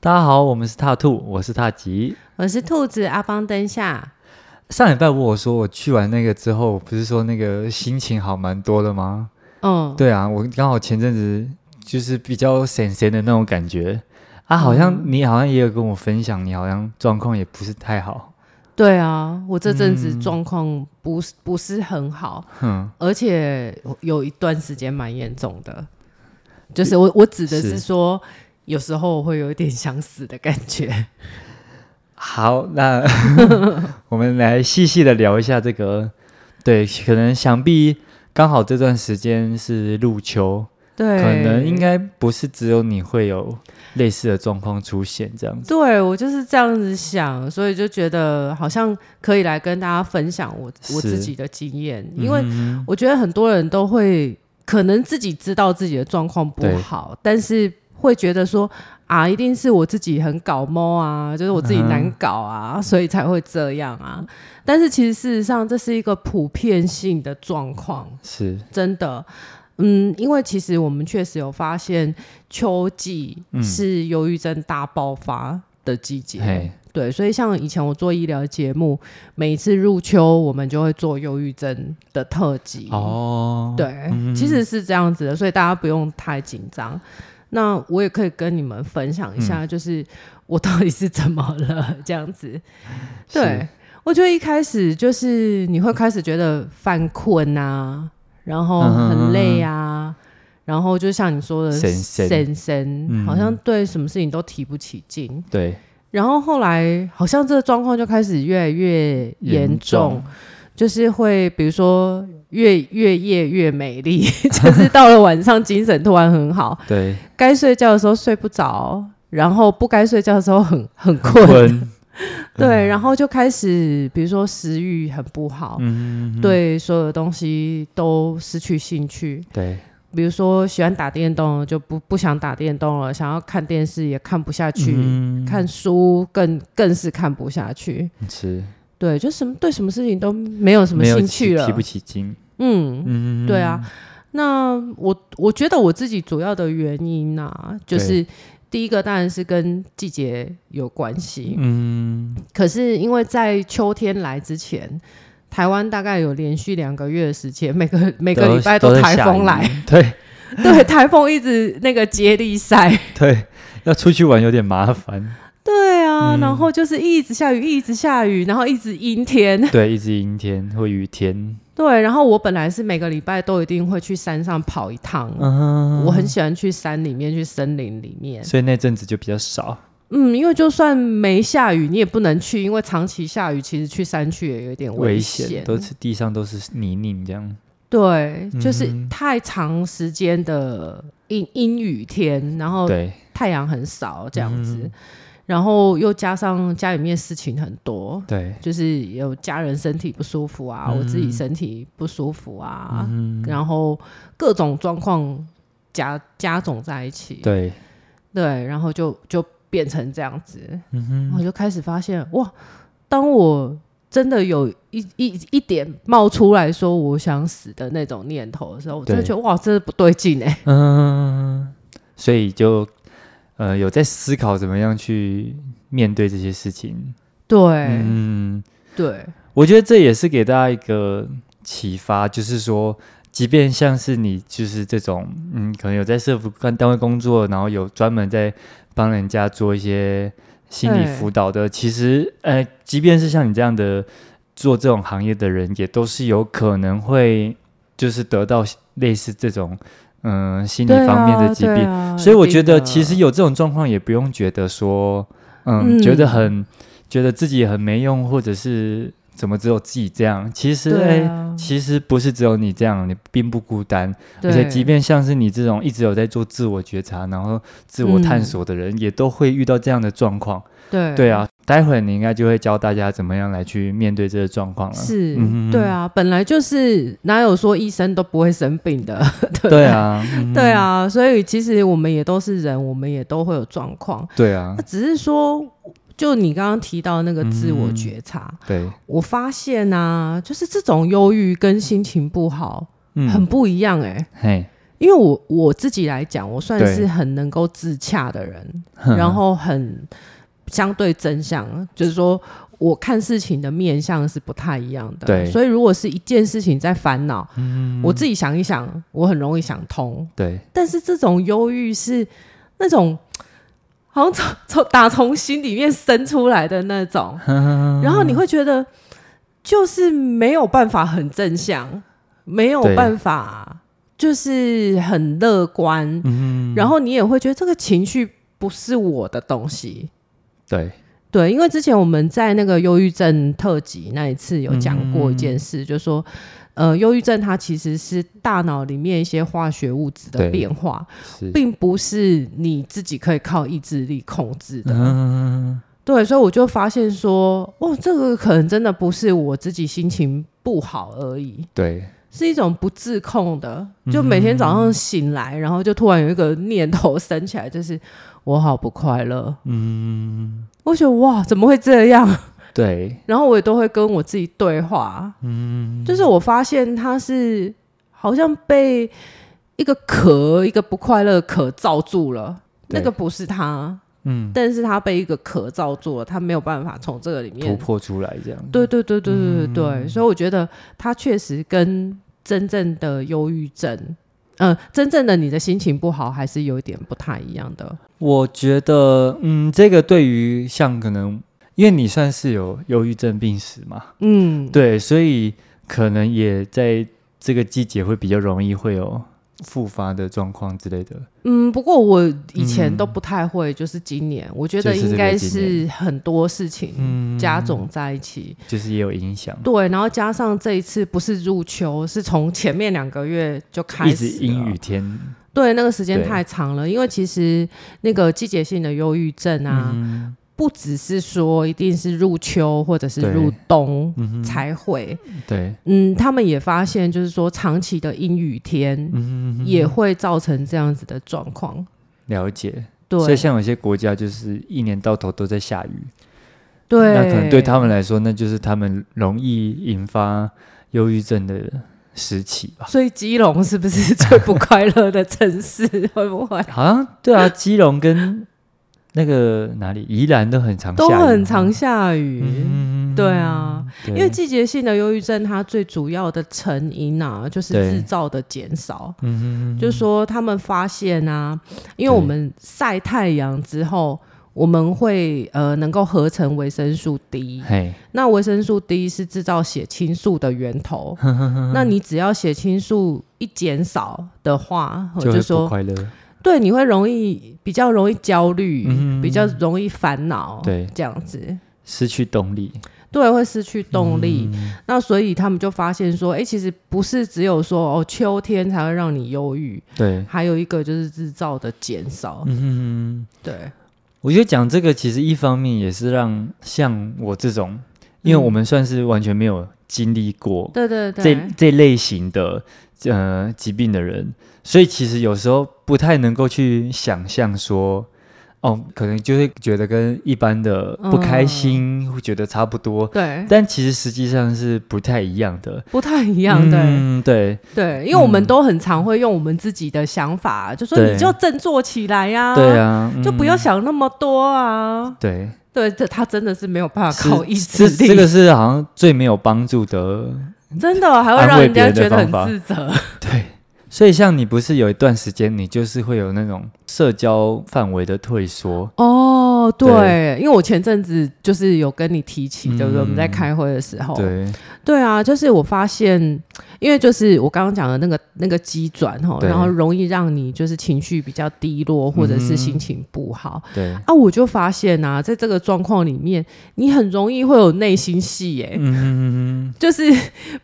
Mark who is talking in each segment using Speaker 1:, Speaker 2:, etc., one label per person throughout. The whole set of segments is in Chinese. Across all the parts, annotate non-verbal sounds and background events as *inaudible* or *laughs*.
Speaker 1: 大家好，我们是踏兔，我是踏吉。
Speaker 2: 我是兔子阿邦灯下，
Speaker 1: 上礼拜我有说我去完那个之后，不是说那个心情好蛮多的吗？
Speaker 2: 嗯，
Speaker 1: 对啊，我刚好前阵子就是比较闲闲的那种感觉啊，好像你好像也有跟我分享，你好像状况也不是太好。
Speaker 2: 对啊，我这阵子
Speaker 1: 嗯
Speaker 2: 状况不是不是很好，
Speaker 1: 哼，
Speaker 2: 而且有一段时间蛮严重的，就是我我指的是
Speaker 1: 是
Speaker 2: 说，有时候会有一点想死的感
Speaker 1: *laughs*
Speaker 2: 觉。
Speaker 1: 好， *laughs* 那我们来细细的聊一下这个。对，可能想必刚好这段时间是入秋，
Speaker 2: 对，
Speaker 1: 可能应该不是只有你会有类似的状况出现这样子。
Speaker 2: 对我就是这样子想，所以就觉得好像可以来跟大家分享我
Speaker 1: 是
Speaker 2: 我自己的经验，因为
Speaker 1: 嗯
Speaker 2: 我觉得很多人都会可能自己知道自己的状况不
Speaker 1: 对
Speaker 2: 好，但是会觉得说啊，一定是我自己很搞猫啊，就是我自己难搞啊，
Speaker 1: 嗯
Speaker 2: 所以才会这样啊。但是其实事实上，这是一个普遍性的状况，
Speaker 1: 是
Speaker 2: 真的。嗯，因为其实我们确实有发现，秋季
Speaker 1: 嗯
Speaker 2: 是忧郁症大爆发的季节。
Speaker 1: 嘿，
Speaker 2: 对，所以像以前我做医疗节目，每一次入秋，我们就会做忧郁症的特辑。，
Speaker 1: 哦，
Speaker 2: 对，其实是这样子的，所以大家不用太紧张。那我也可以跟你们分享一
Speaker 1: 嗯
Speaker 2: 下，就是我到底是怎么了这样子。
Speaker 1: *laughs* 是
Speaker 2: 对，，我觉得一开始就是你会开始觉得犯困啊，然后很累
Speaker 1: 嗯
Speaker 2: 啊，然后就像你说的，
Speaker 1: 神神
Speaker 2: 神神
Speaker 1: 嗯
Speaker 2: 好像对什么事情都提不起劲。
Speaker 1: 对，
Speaker 2: 然后后来好像这个状况就开始越来越严重，
Speaker 1: 严重
Speaker 2: 就是会比如说越越夜越美丽， *laughs* 就是到了晚上精神突然很好，
Speaker 1: 对，
Speaker 2: *laughs* 该睡觉的时候睡不着，然后不该睡觉的时候很很困，
Speaker 1: 昏，
Speaker 2: 对，然后就开始比如说食欲很不好，
Speaker 1: 嗯，
Speaker 2: 对所有的东西都失去兴趣，
Speaker 1: 对，
Speaker 2: 比如说喜欢打电动就不不想打电动了，想要看电视也看不下去。
Speaker 1: 嗯
Speaker 2: 看书更更是看不下去，
Speaker 1: 是
Speaker 2: 对，就什么对什么事情都没有什么
Speaker 1: 没有
Speaker 2: 兴
Speaker 1: 起
Speaker 2: 趣了
Speaker 1: 提，不起劲，
Speaker 2: 嗯，
Speaker 1: 嗯，
Speaker 2: 对啊。那我我觉得我自己主要的原因啊，就是第一个当然是跟季节有关系，
Speaker 1: 嗯，
Speaker 2: 可是因为在秋天来之前，台湾大概有连续两个月的时间，每个每个
Speaker 1: 都
Speaker 2: 礼拜
Speaker 1: 都在
Speaker 2: 台
Speaker 1: 下
Speaker 2: 风
Speaker 1: 雨 *laughs*
Speaker 2: 来，
Speaker 1: 对
Speaker 2: 对，台风一直那个接力赛， *laughs*
Speaker 1: 对，要出去玩有点麻烦，
Speaker 2: 对啊，
Speaker 1: 嗯
Speaker 2: 然后就是一直下雨，一直下雨，然后一直阴天，
Speaker 1: 对，一直阴天或雨天，
Speaker 2: 对，然后我本来是每个礼拜都一定会去山上跑一趟，
Speaker 1: 嗯，
Speaker 2: 我很喜欢去山里面、去森林里面。
Speaker 1: 所以那阵子就比较少，
Speaker 2: 嗯，因为就算没下雨，你也不能去，因为长期下雨，其实去山区也有点
Speaker 1: 危
Speaker 2: 险。
Speaker 1: 都是地上都是泥泞这样，
Speaker 2: 对，就是
Speaker 1: 嗯哼
Speaker 2: 太长时间的阴阴雨天，然后
Speaker 1: 对，
Speaker 2: 太阳很少这样子，
Speaker 1: 嗯
Speaker 2: 然后又加上家里面事情很多。
Speaker 1: 对，
Speaker 2: 就是有家人身体不舒服啊，我自己身体不舒服啊，
Speaker 1: 嗯，
Speaker 2: 然后各种状况加加总在一起，
Speaker 1: 对，
Speaker 2: 对然后就就变成这样子，
Speaker 1: 嗯
Speaker 2: 然
Speaker 1: 哼，
Speaker 2: 后就开始发现哇，当我真的有一一一点冒出来说我想死的那种念头的时候，我真的
Speaker 1: 对
Speaker 2: 觉得哇，真的不对劲哎、
Speaker 1: 嗯，所以就呃有在思考怎么样去面对这些事情。
Speaker 2: 对、
Speaker 1: 嗯，
Speaker 2: 对，
Speaker 1: 我觉得这也是给大家一个启发，就是说，即便像是你就是这种嗯，可能有在社福干单位工作，然后有专门在帮人家做一些心理
Speaker 2: 对
Speaker 1: 辅导的，其实呃，即便是像你这样的做这种行业的人，也都是有可能会就是得到类似这种。嗯，心理
Speaker 2: 对
Speaker 1: 方面
Speaker 2: 啊
Speaker 1: 的疾病
Speaker 2: 对，啊
Speaker 1: 所以我
Speaker 2: 一
Speaker 1: 觉
Speaker 2: 定
Speaker 1: 得
Speaker 2: 的
Speaker 1: 其实有这种状况也不用觉得说，嗯，
Speaker 2: 嗯
Speaker 1: 觉得很觉得自己很没用，或者是怎么只有自己这样。其实，
Speaker 2: 对
Speaker 1: 哎、
Speaker 2: 啊，
Speaker 1: 其实不是只有你这样，你并不孤单。而且，
Speaker 2: 对
Speaker 1: 即便像是你这种一直有在做自我觉察，然后自我探索的人，也都会遇到这样的状况。
Speaker 2: 嗯对
Speaker 1: 对啊，待会你应该就会教大家怎么样来去面对这个状况了。
Speaker 2: 是、
Speaker 1: 嗯
Speaker 2: 对啊，本来就是哪有说医生都不会生病的，对
Speaker 1: 对
Speaker 2: *laughs*
Speaker 1: 啊，嗯
Speaker 2: 对，啊，所以其实我们也都是人，我们也都会有状况。
Speaker 1: 对啊
Speaker 2: 那，只是说，就你刚刚提到那个自我觉察，
Speaker 1: 对，
Speaker 2: 我发现啊，就是这种忧郁跟心情不好、
Speaker 1: 嗯
Speaker 2: 很不一样哎、
Speaker 1: 嘿，
Speaker 2: 因为我我自己来讲，我算
Speaker 1: 对
Speaker 2: 是很能够自洽的人，
Speaker 1: 哼
Speaker 2: 然后很相对真相，就是说我看事情的面相是不太一样的。
Speaker 1: 对嗯
Speaker 2: 所以如果是一件事情在烦恼，我自己想一想，我很容易想通。
Speaker 1: *laughs* 对
Speaker 2: 但是这种忧郁是那种好像从从打从心里面生出来的那
Speaker 1: *laughs*
Speaker 2: 种，然后你会觉得就是没有办法很正向，没有
Speaker 1: 对嗯
Speaker 2: 办法就是很乐观，然后你也会觉得这个情绪不是我的东西。
Speaker 1: 对
Speaker 2: 对，因为之前我们在那个忧郁症特辑那一次有讲过一件
Speaker 1: 嗯
Speaker 2: 事，就说，呃，忧郁症它其实是大脑里面一些化学物质的
Speaker 1: 对
Speaker 2: 变化，
Speaker 1: 是，
Speaker 2: 并不是你自己可以靠意志力控制的。
Speaker 1: 嗯，
Speaker 2: 对，所以我就发现说，哦，这个可能真的不是我自己心情不好而已，
Speaker 1: 对
Speaker 2: 是一种不自控的。就每天早上醒来，然后就突然有一个念头升起来，就是我好不快乐。嗯，我觉得哇，怎么会这样？
Speaker 1: 对
Speaker 2: 然后我也都会跟我自己对话，嗯，就是我发现它是好像被一个壳，一个不快乐的壳罩住了，
Speaker 1: 对
Speaker 2: 那个不是它，
Speaker 1: 嗯，
Speaker 2: 但是它被一个壳罩住了，它没有办法从这个里
Speaker 1: 突
Speaker 2: 面，
Speaker 1: 破嗯出来这样，
Speaker 2: 对对对对对对对，所以我觉得它确实跟真正的忧郁症。嗯、真正的你的心情不好，还是有一点不太一样的。
Speaker 1: 我觉得，嗯，这个对于像可能，因为你算是有忧郁症病史嘛，
Speaker 2: 嗯，
Speaker 1: 对，所以可能也在这个季节会比较容易会有复发的状况之类的。
Speaker 2: 嗯，不过我以前都不太会，就是今年，我觉得
Speaker 1: 嗯就是这个
Speaker 2: 应该
Speaker 1: 今嗯
Speaker 2: 是很多事情加总在一起。
Speaker 1: 就是也有影响，
Speaker 2: 对，然后加上这一次不是入秋，是从前面两个月就开
Speaker 1: 一
Speaker 2: 始
Speaker 1: 直
Speaker 2: 了
Speaker 1: 阴雨天，
Speaker 2: 对，那个时间
Speaker 1: 对
Speaker 2: 太长了，因为其实那个季节性的忧郁症啊，
Speaker 1: 嗯
Speaker 2: 不只是说一定是入秋或者是
Speaker 1: 对
Speaker 2: 入冬才会，
Speaker 1: 嗯对，
Speaker 2: 嗯，他们也发现就是说长期的阴雨天
Speaker 1: 嗯
Speaker 2: 也会造成这样子的状况。
Speaker 1: 了解。
Speaker 2: 对，
Speaker 1: 所以像有些国家就是一年到头都在下雨，
Speaker 2: 对，
Speaker 1: 那可能对他们来说，那就是他们容易引发忧郁症的时期吧。
Speaker 2: 所以基隆是不
Speaker 1: *laughs*
Speaker 2: 是最不快乐的城市？会不会
Speaker 1: 好像对啊，基隆跟那个哪里宜兰都很常下
Speaker 2: 都
Speaker 1: 雨
Speaker 2: 很常下雨？
Speaker 1: 嗯
Speaker 2: 对啊，
Speaker 1: 对
Speaker 2: 因为季节性的忧郁症，它最主要的成因啊，就是
Speaker 1: 对
Speaker 2: 日照的减少。
Speaker 1: 嗯
Speaker 2: 就是说他们发现啊，因为我们晒太阳之后，我们会呃能够合成维生素 D
Speaker 1: 哼，。嘿，
Speaker 2: 那维生素 D 是制造血清素的
Speaker 1: *laughs*
Speaker 2: 源头。那你只要血清素一减少的话，我
Speaker 1: 就
Speaker 2: 就
Speaker 1: 会
Speaker 2: 说
Speaker 1: 不快乐，
Speaker 2: 对，你会容易比较容易焦虑，
Speaker 1: 嗯
Speaker 2: 比较容易烦恼，
Speaker 1: 对
Speaker 2: 这样子，
Speaker 1: 失去动力，
Speaker 2: 对，会失去动力。
Speaker 1: 嗯
Speaker 2: 那所以他们就发现说，哎、其实不是只有说哦，秋天才会让你忧郁，
Speaker 1: 对，
Speaker 2: 还有一个就是日照的减少，
Speaker 1: 嗯
Speaker 2: 对，
Speaker 1: 我觉得讲这个其实一方面也是让像我这种，因为我们算是完全没有经历过
Speaker 2: 对对
Speaker 1: 这
Speaker 2: 对，
Speaker 1: 这类型的呃疾病的人，所以其实有时候不太能够去想象说，哦，可能就会觉得跟一般的
Speaker 2: 嗯
Speaker 1: 不开心会觉得差不多，
Speaker 2: 对，
Speaker 1: 但其实实际上是不太一样的。
Speaker 2: 不太一样，对、
Speaker 1: 嗯，对
Speaker 2: 对，因为我们都很常会用我们自己的想法，就说
Speaker 1: 对
Speaker 2: 你就振作起来呀、
Speaker 1: 对。啊，嗯
Speaker 2: 就不要想那么多啊！
Speaker 1: 对，
Speaker 2: 对，这他真的是没有办法
Speaker 1: 是
Speaker 2: 靠意志
Speaker 1: 这
Speaker 2: 力，
Speaker 1: 这个是好像最没有帮助的。
Speaker 2: 真的还会让
Speaker 1: 安慰
Speaker 2: 人家
Speaker 1: 别
Speaker 2: 觉
Speaker 1: 人
Speaker 2: 得
Speaker 1: 的
Speaker 2: 很
Speaker 1: 方法
Speaker 2: 自责。
Speaker 1: 对，所以像你不是有一段时间，你就是会有那种社交范围的退缩，
Speaker 2: 哦，对，
Speaker 1: 对
Speaker 2: 因为我前阵子就是有跟你提起，对不对？
Speaker 1: 嗯
Speaker 2: 我们在开会的时候，
Speaker 1: 对
Speaker 2: 对啊，就是我发现，因为就是我刚刚讲的那个那个机转哈，
Speaker 1: 对
Speaker 2: 然后容易让你就是情绪比较低落，或者是心情不好、
Speaker 1: 对，嗯
Speaker 2: 啊，我就发现啊，在这个状况里面，你很容易会有内心戏耶、
Speaker 1: 嗯，
Speaker 2: 就是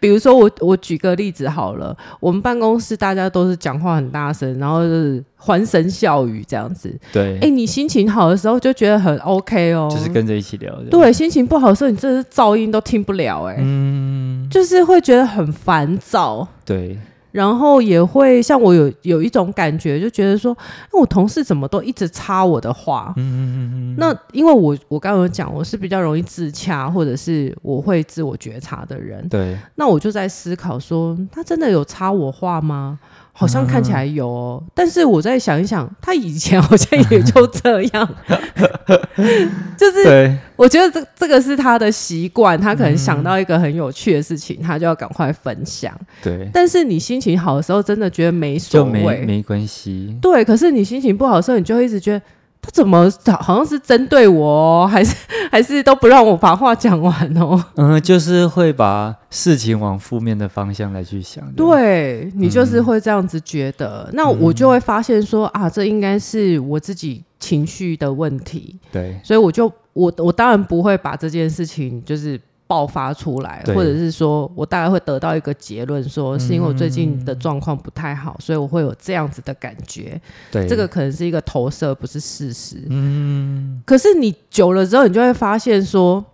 Speaker 2: 比如说我我举个例子好了，我们办公室大家都是讲话很大声，然后就是欢声笑语这样子，
Speaker 1: 对，
Speaker 2: 哎、你心情好的时候就觉得很 OK 哦，
Speaker 1: 就是跟着一起聊，，
Speaker 2: 对，心情不好的时候，你真的是噪音都听不了、哎、
Speaker 1: 嗯，
Speaker 2: 就是会觉得很烦躁，
Speaker 1: 对，
Speaker 2: 然后也会像我有有一种感觉，就觉得说，那我同事怎么都一直插我的话，
Speaker 1: 嗯，
Speaker 2: 那因为我我刚刚有讲，我是比较容易自洽，或者是我会自我觉察的人，
Speaker 1: 对，
Speaker 2: 那我就在思考说，他真的有插我话吗？好像看起来有哦，
Speaker 1: 嗯
Speaker 2: 但是我再想一想，他以前好像也就这
Speaker 1: *laughs*
Speaker 2: 样，就是
Speaker 1: 对，嗯
Speaker 2: 我觉得这这个是他的习惯，他可能想到一个很有趣的事情，他就要赶快分享。
Speaker 1: 对，
Speaker 2: 但是你心情好的时候，真的觉得没所
Speaker 1: 就没
Speaker 2: 谓，
Speaker 1: 没关系。
Speaker 2: 对。可是你心情不好的时候，你就会一直觉得他怎么好像是针对我、哦，还是还是都不让我把话讲完哦。
Speaker 1: 嗯，就是会把事情往负面的嗯方向来去想。这样，
Speaker 2: 对你就是会这样子觉得，那我就会发现说啊，这应该是我自己情绪的问题。
Speaker 1: 对，
Speaker 2: 所以我就我我当然不会把这件事情就是爆发出来，
Speaker 1: 对
Speaker 2: 或者是说我大概会得到一个结论，说是因为我最近的状况不太好，所以我会有这样子的感觉。
Speaker 1: 对，
Speaker 2: 这个，可能是一个投射，不是事实。
Speaker 1: 嗯，
Speaker 2: 可是你久了之后，你就会发现说，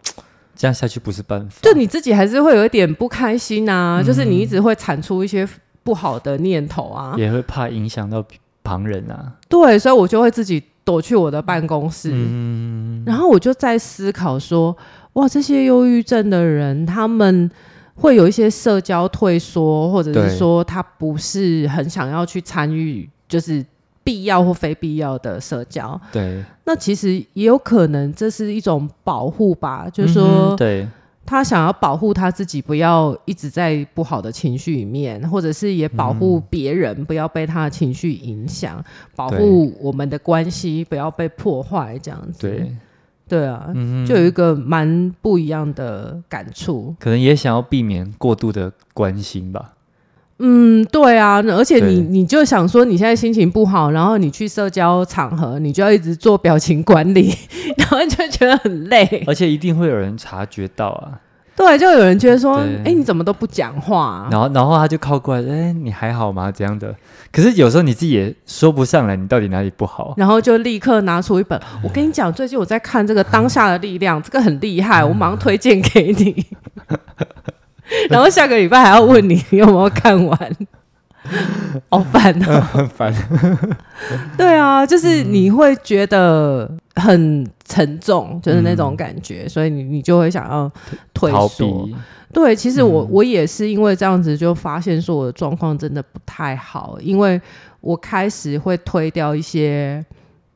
Speaker 1: 这样下去不是办法。
Speaker 2: 就你自己还是会有一点不开心
Speaker 1: 嗯
Speaker 2: 啊，就是你一直会产出一些不好的念头啊。
Speaker 1: 也会怕影响到旁人啊。
Speaker 2: 对，所以我就会自己躲去我的办公室。
Speaker 1: 嗯，
Speaker 2: 然后我就在思考说，哇，这些忧郁症的人，他们会有一些社交退缩，或者
Speaker 1: 对
Speaker 2: 是说他不是很想要去参与，就是必要或非必要的社交。
Speaker 1: 对，
Speaker 2: 那其实也有可能这是一种保护吧，就是
Speaker 1: 嗯哼
Speaker 2: 说
Speaker 1: 对，
Speaker 2: 他想要保护他自己，不要一直在不好的情绪里面，或者是也保护别人，不要被他的情绪影响，保护我们的关系不要被破坏，这样子。
Speaker 1: 对，
Speaker 2: 对啊，
Speaker 1: 嗯哼
Speaker 2: 就有一个蛮不一样的感触。
Speaker 1: 可能也想要避免过度的关心吧。
Speaker 2: 嗯，对啊，而且你
Speaker 1: 对
Speaker 2: 你就想说你现在心情不好，然后你去社交场合，你就要一直做表情管理， *laughs* 然后就觉得很累。
Speaker 1: 而且一定会有人察觉到啊，
Speaker 2: 对，就有人觉得说，
Speaker 1: 对
Speaker 2: 哎、你怎么都不讲话、啊
Speaker 1: 然后然后他就靠过来，哎，你还好吗？这样的。可是有时候你自己也说不上来，你到底哪里不好？
Speaker 2: 然后就立刻拿出一
Speaker 1: *laughs*
Speaker 2: 本，我跟你讲，最近我在看这个《当下的力量》，这个很厉害，我马上推荐给
Speaker 1: *laughs*
Speaker 2: 你。然后下个礼拜还要问你你有没有看完，好烦哦、
Speaker 1: *laughs* 很烦。
Speaker 2: 对啊，就是
Speaker 1: 嗯
Speaker 2: 你会觉得很沉重，就是那种感觉，所以你你就会想要
Speaker 1: 嗯
Speaker 2: 退
Speaker 1: 逃
Speaker 2: 缩。
Speaker 1: 避，
Speaker 2: 对，其实
Speaker 1: 嗯
Speaker 2: 我、我也是因为这样子就发现说我的状况真的不太好，因为我开始会推掉一些，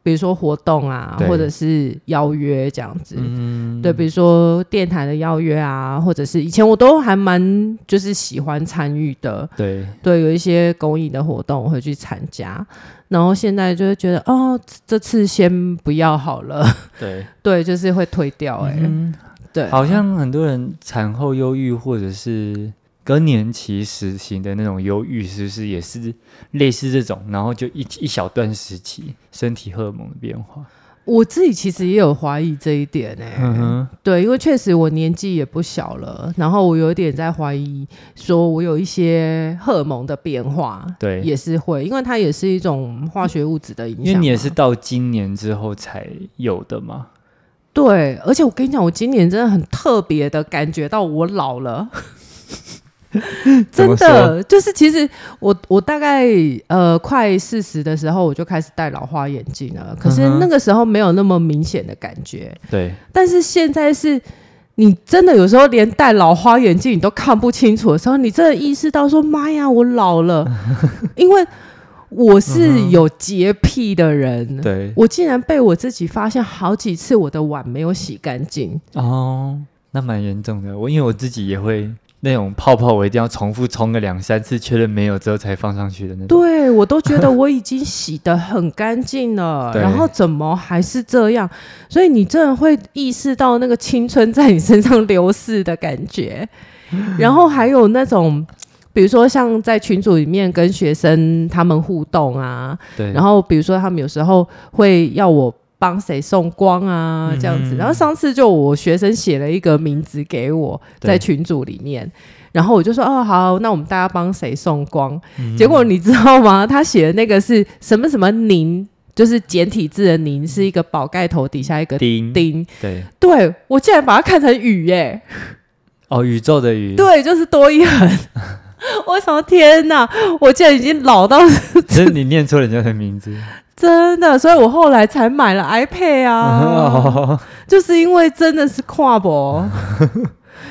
Speaker 2: 比如说活动啊，
Speaker 1: 对
Speaker 2: 或者是邀约这样子。
Speaker 1: 嗯，
Speaker 2: 对，比如说电台的邀约啊，或者是以前我都还蛮就是喜欢参与的，
Speaker 1: 对，
Speaker 2: 对，有一些公益的活动我会去参加，然后现在就会觉得哦，这这次先不要好了， *laughs*
Speaker 1: 对，
Speaker 2: 对，就是会推掉、欸，哎、
Speaker 1: 嗯，
Speaker 2: 对，
Speaker 1: 好像很多人产后忧郁或者是更年期时期的那种忧郁，是不是也是类似这种？然后就一一小段时期身体荷尔蒙的变化。
Speaker 2: 我自己其实也有怀疑这一点、欸，哎、
Speaker 1: 嗯哼，
Speaker 2: 对，因为确实我年纪也不小了，然后我有一点在怀疑，说我有一些荷尔蒙的变化，
Speaker 1: 对
Speaker 2: 也是会，因为它也是一种化学物质的影响嘛，
Speaker 1: 因为你也是到今年之后才有的嘛。
Speaker 2: 对，而且我跟你讲，我今年真的很特别的感觉到我老了， *laughs*
Speaker 1: 怎
Speaker 2: 真
Speaker 1: 么
Speaker 2: 的就是其实我我大概呃快四十的时候我就开始戴老花眼镜了，可是
Speaker 1: 嗯哼
Speaker 2: 那个时候没有那么明显的感觉，
Speaker 1: 对，
Speaker 2: 但是现在是。你真的有时候连戴老花眼镜你都看不清楚的时候，你真的意识到说：“妈呀，我老了！”因为我是有洁癖的人，
Speaker 1: 嗯对，
Speaker 2: 我竟然被我自己发现好几次我的碗没有洗干净。
Speaker 1: 哦，那蛮严重的。我因为我自己也会那种泡泡，我一定要重复冲个两三次，确认没有之后才放上去的那种。，
Speaker 2: 对我都觉得我已经洗得很干净
Speaker 1: *laughs*
Speaker 2: 了
Speaker 1: 对
Speaker 2: 然后怎么还是这样？所以你真的会意识到那个青春在你身上流逝的感
Speaker 1: *laughs*
Speaker 2: 觉，然后还有那种。比如说，像在群组里面跟学生他们互动啊，
Speaker 1: 对，
Speaker 2: 然后比如说他们有时候会要我帮谁送光啊这样子，
Speaker 1: 嗯
Speaker 2: 然后上次就我学生写了一个名字给我
Speaker 1: 对
Speaker 2: 在群组里面，然后我就说哦好，那我们大家帮谁送光？
Speaker 1: 嗯
Speaker 2: 结果你知道吗？他写的那个是什么什么宁，就是简体字的宁，是一个宝盖头底下一个
Speaker 1: 丁，
Speaker 2: 丁，
Speaker 1: 对，
Speaker 2: 对我竟然把它看成雨耶、
Speaker 1: 哦，宇宙的宇，
Speaker 2: 对，就是多一横。 *laughs* 我想说天哪，我竟然已经老到
Speaker 1: *laughs* 只是你念错人家的名
Speaker 2: *laughs*
Speaker 1: 字。
Speaker 2: 真的，所以我后来
Speaker 1: *laughs*
Speaker 2: 才买了 iPad 啊，
Speaker 1: 哦， *laughs*
Speaker 2: 就是因为真的是跨博。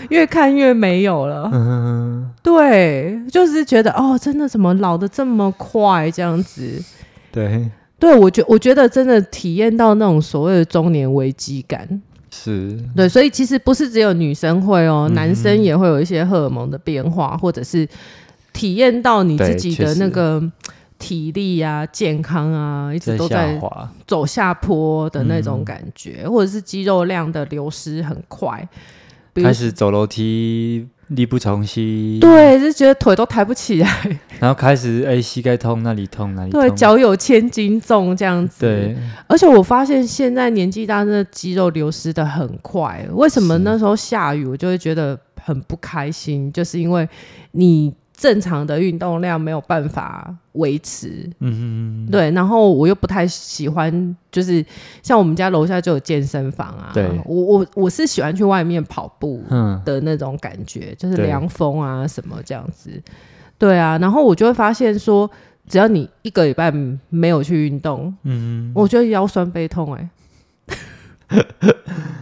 Speaker 2: 越看越没有了。
Speaker 1: 嗯，
Speaker 2: 对，就是觉得哦，真的怎么老的这么快这样子？
Speaker 1: 对，
Speaker 2: 对我觉我觉得真的体验到那种所谓的中年危机感。
Speaker 1: 是，
Speaker 2: 对，所以其实不是只有女生会哦，
Speaker 1: 嗯
Speaker 2: 男生也会有一些荷尔蒙的变化，或者是体验到你自
Speaker 1: 对
Speaker 2: 己
Speaker 1: 确
Speaker 2: 的
Speaker 1: 实
Speaker 2: 那个体力啊、健康啊，一直
Speaker 1: 在
Speaker 2: 都
Speaker 1: 下
Speaker 2: 在
Speaker 1: 滑，
Speaker 2: 走下坡的那
Speaker 1: 嗯
Speaker 2: 种感觉，或者是肌肉量的流失很快。比如
Speaker 1: 开始走楼梯力不从心，，
Speaker 2: 对，就觉得腿都抬不起来，
Speaker 1: 然后开始哎膝盖痛，那里痛那里痛，
Speaker 2: 对，脚有千斤重这样子。
Speaker 1: 对，
Speaker 2: 而且我发现现在年纪大，真的肌肉流失的很快。为什么那时候下雨我就会觉得很不开心？就是因为你正常的运动量没有办法维持，
Speaker 1: 嗯，
Speaker 2: 对。然后我又不太喜欢，就是像我们家楼下就有健身房啊，
Speaker 1: 对
Speaker 2: 我我我是喜欢去外面跑步，
Speaker 1: 嗯，
Speaker 2: 的那种感觉，就是
Speaker 1: 对
Speaker 2: 凉风啊什么这样子。对啊，然后我就会发现说，只要你一个礼拜没有去运动，嗯，我觉得腰酸背痛哎、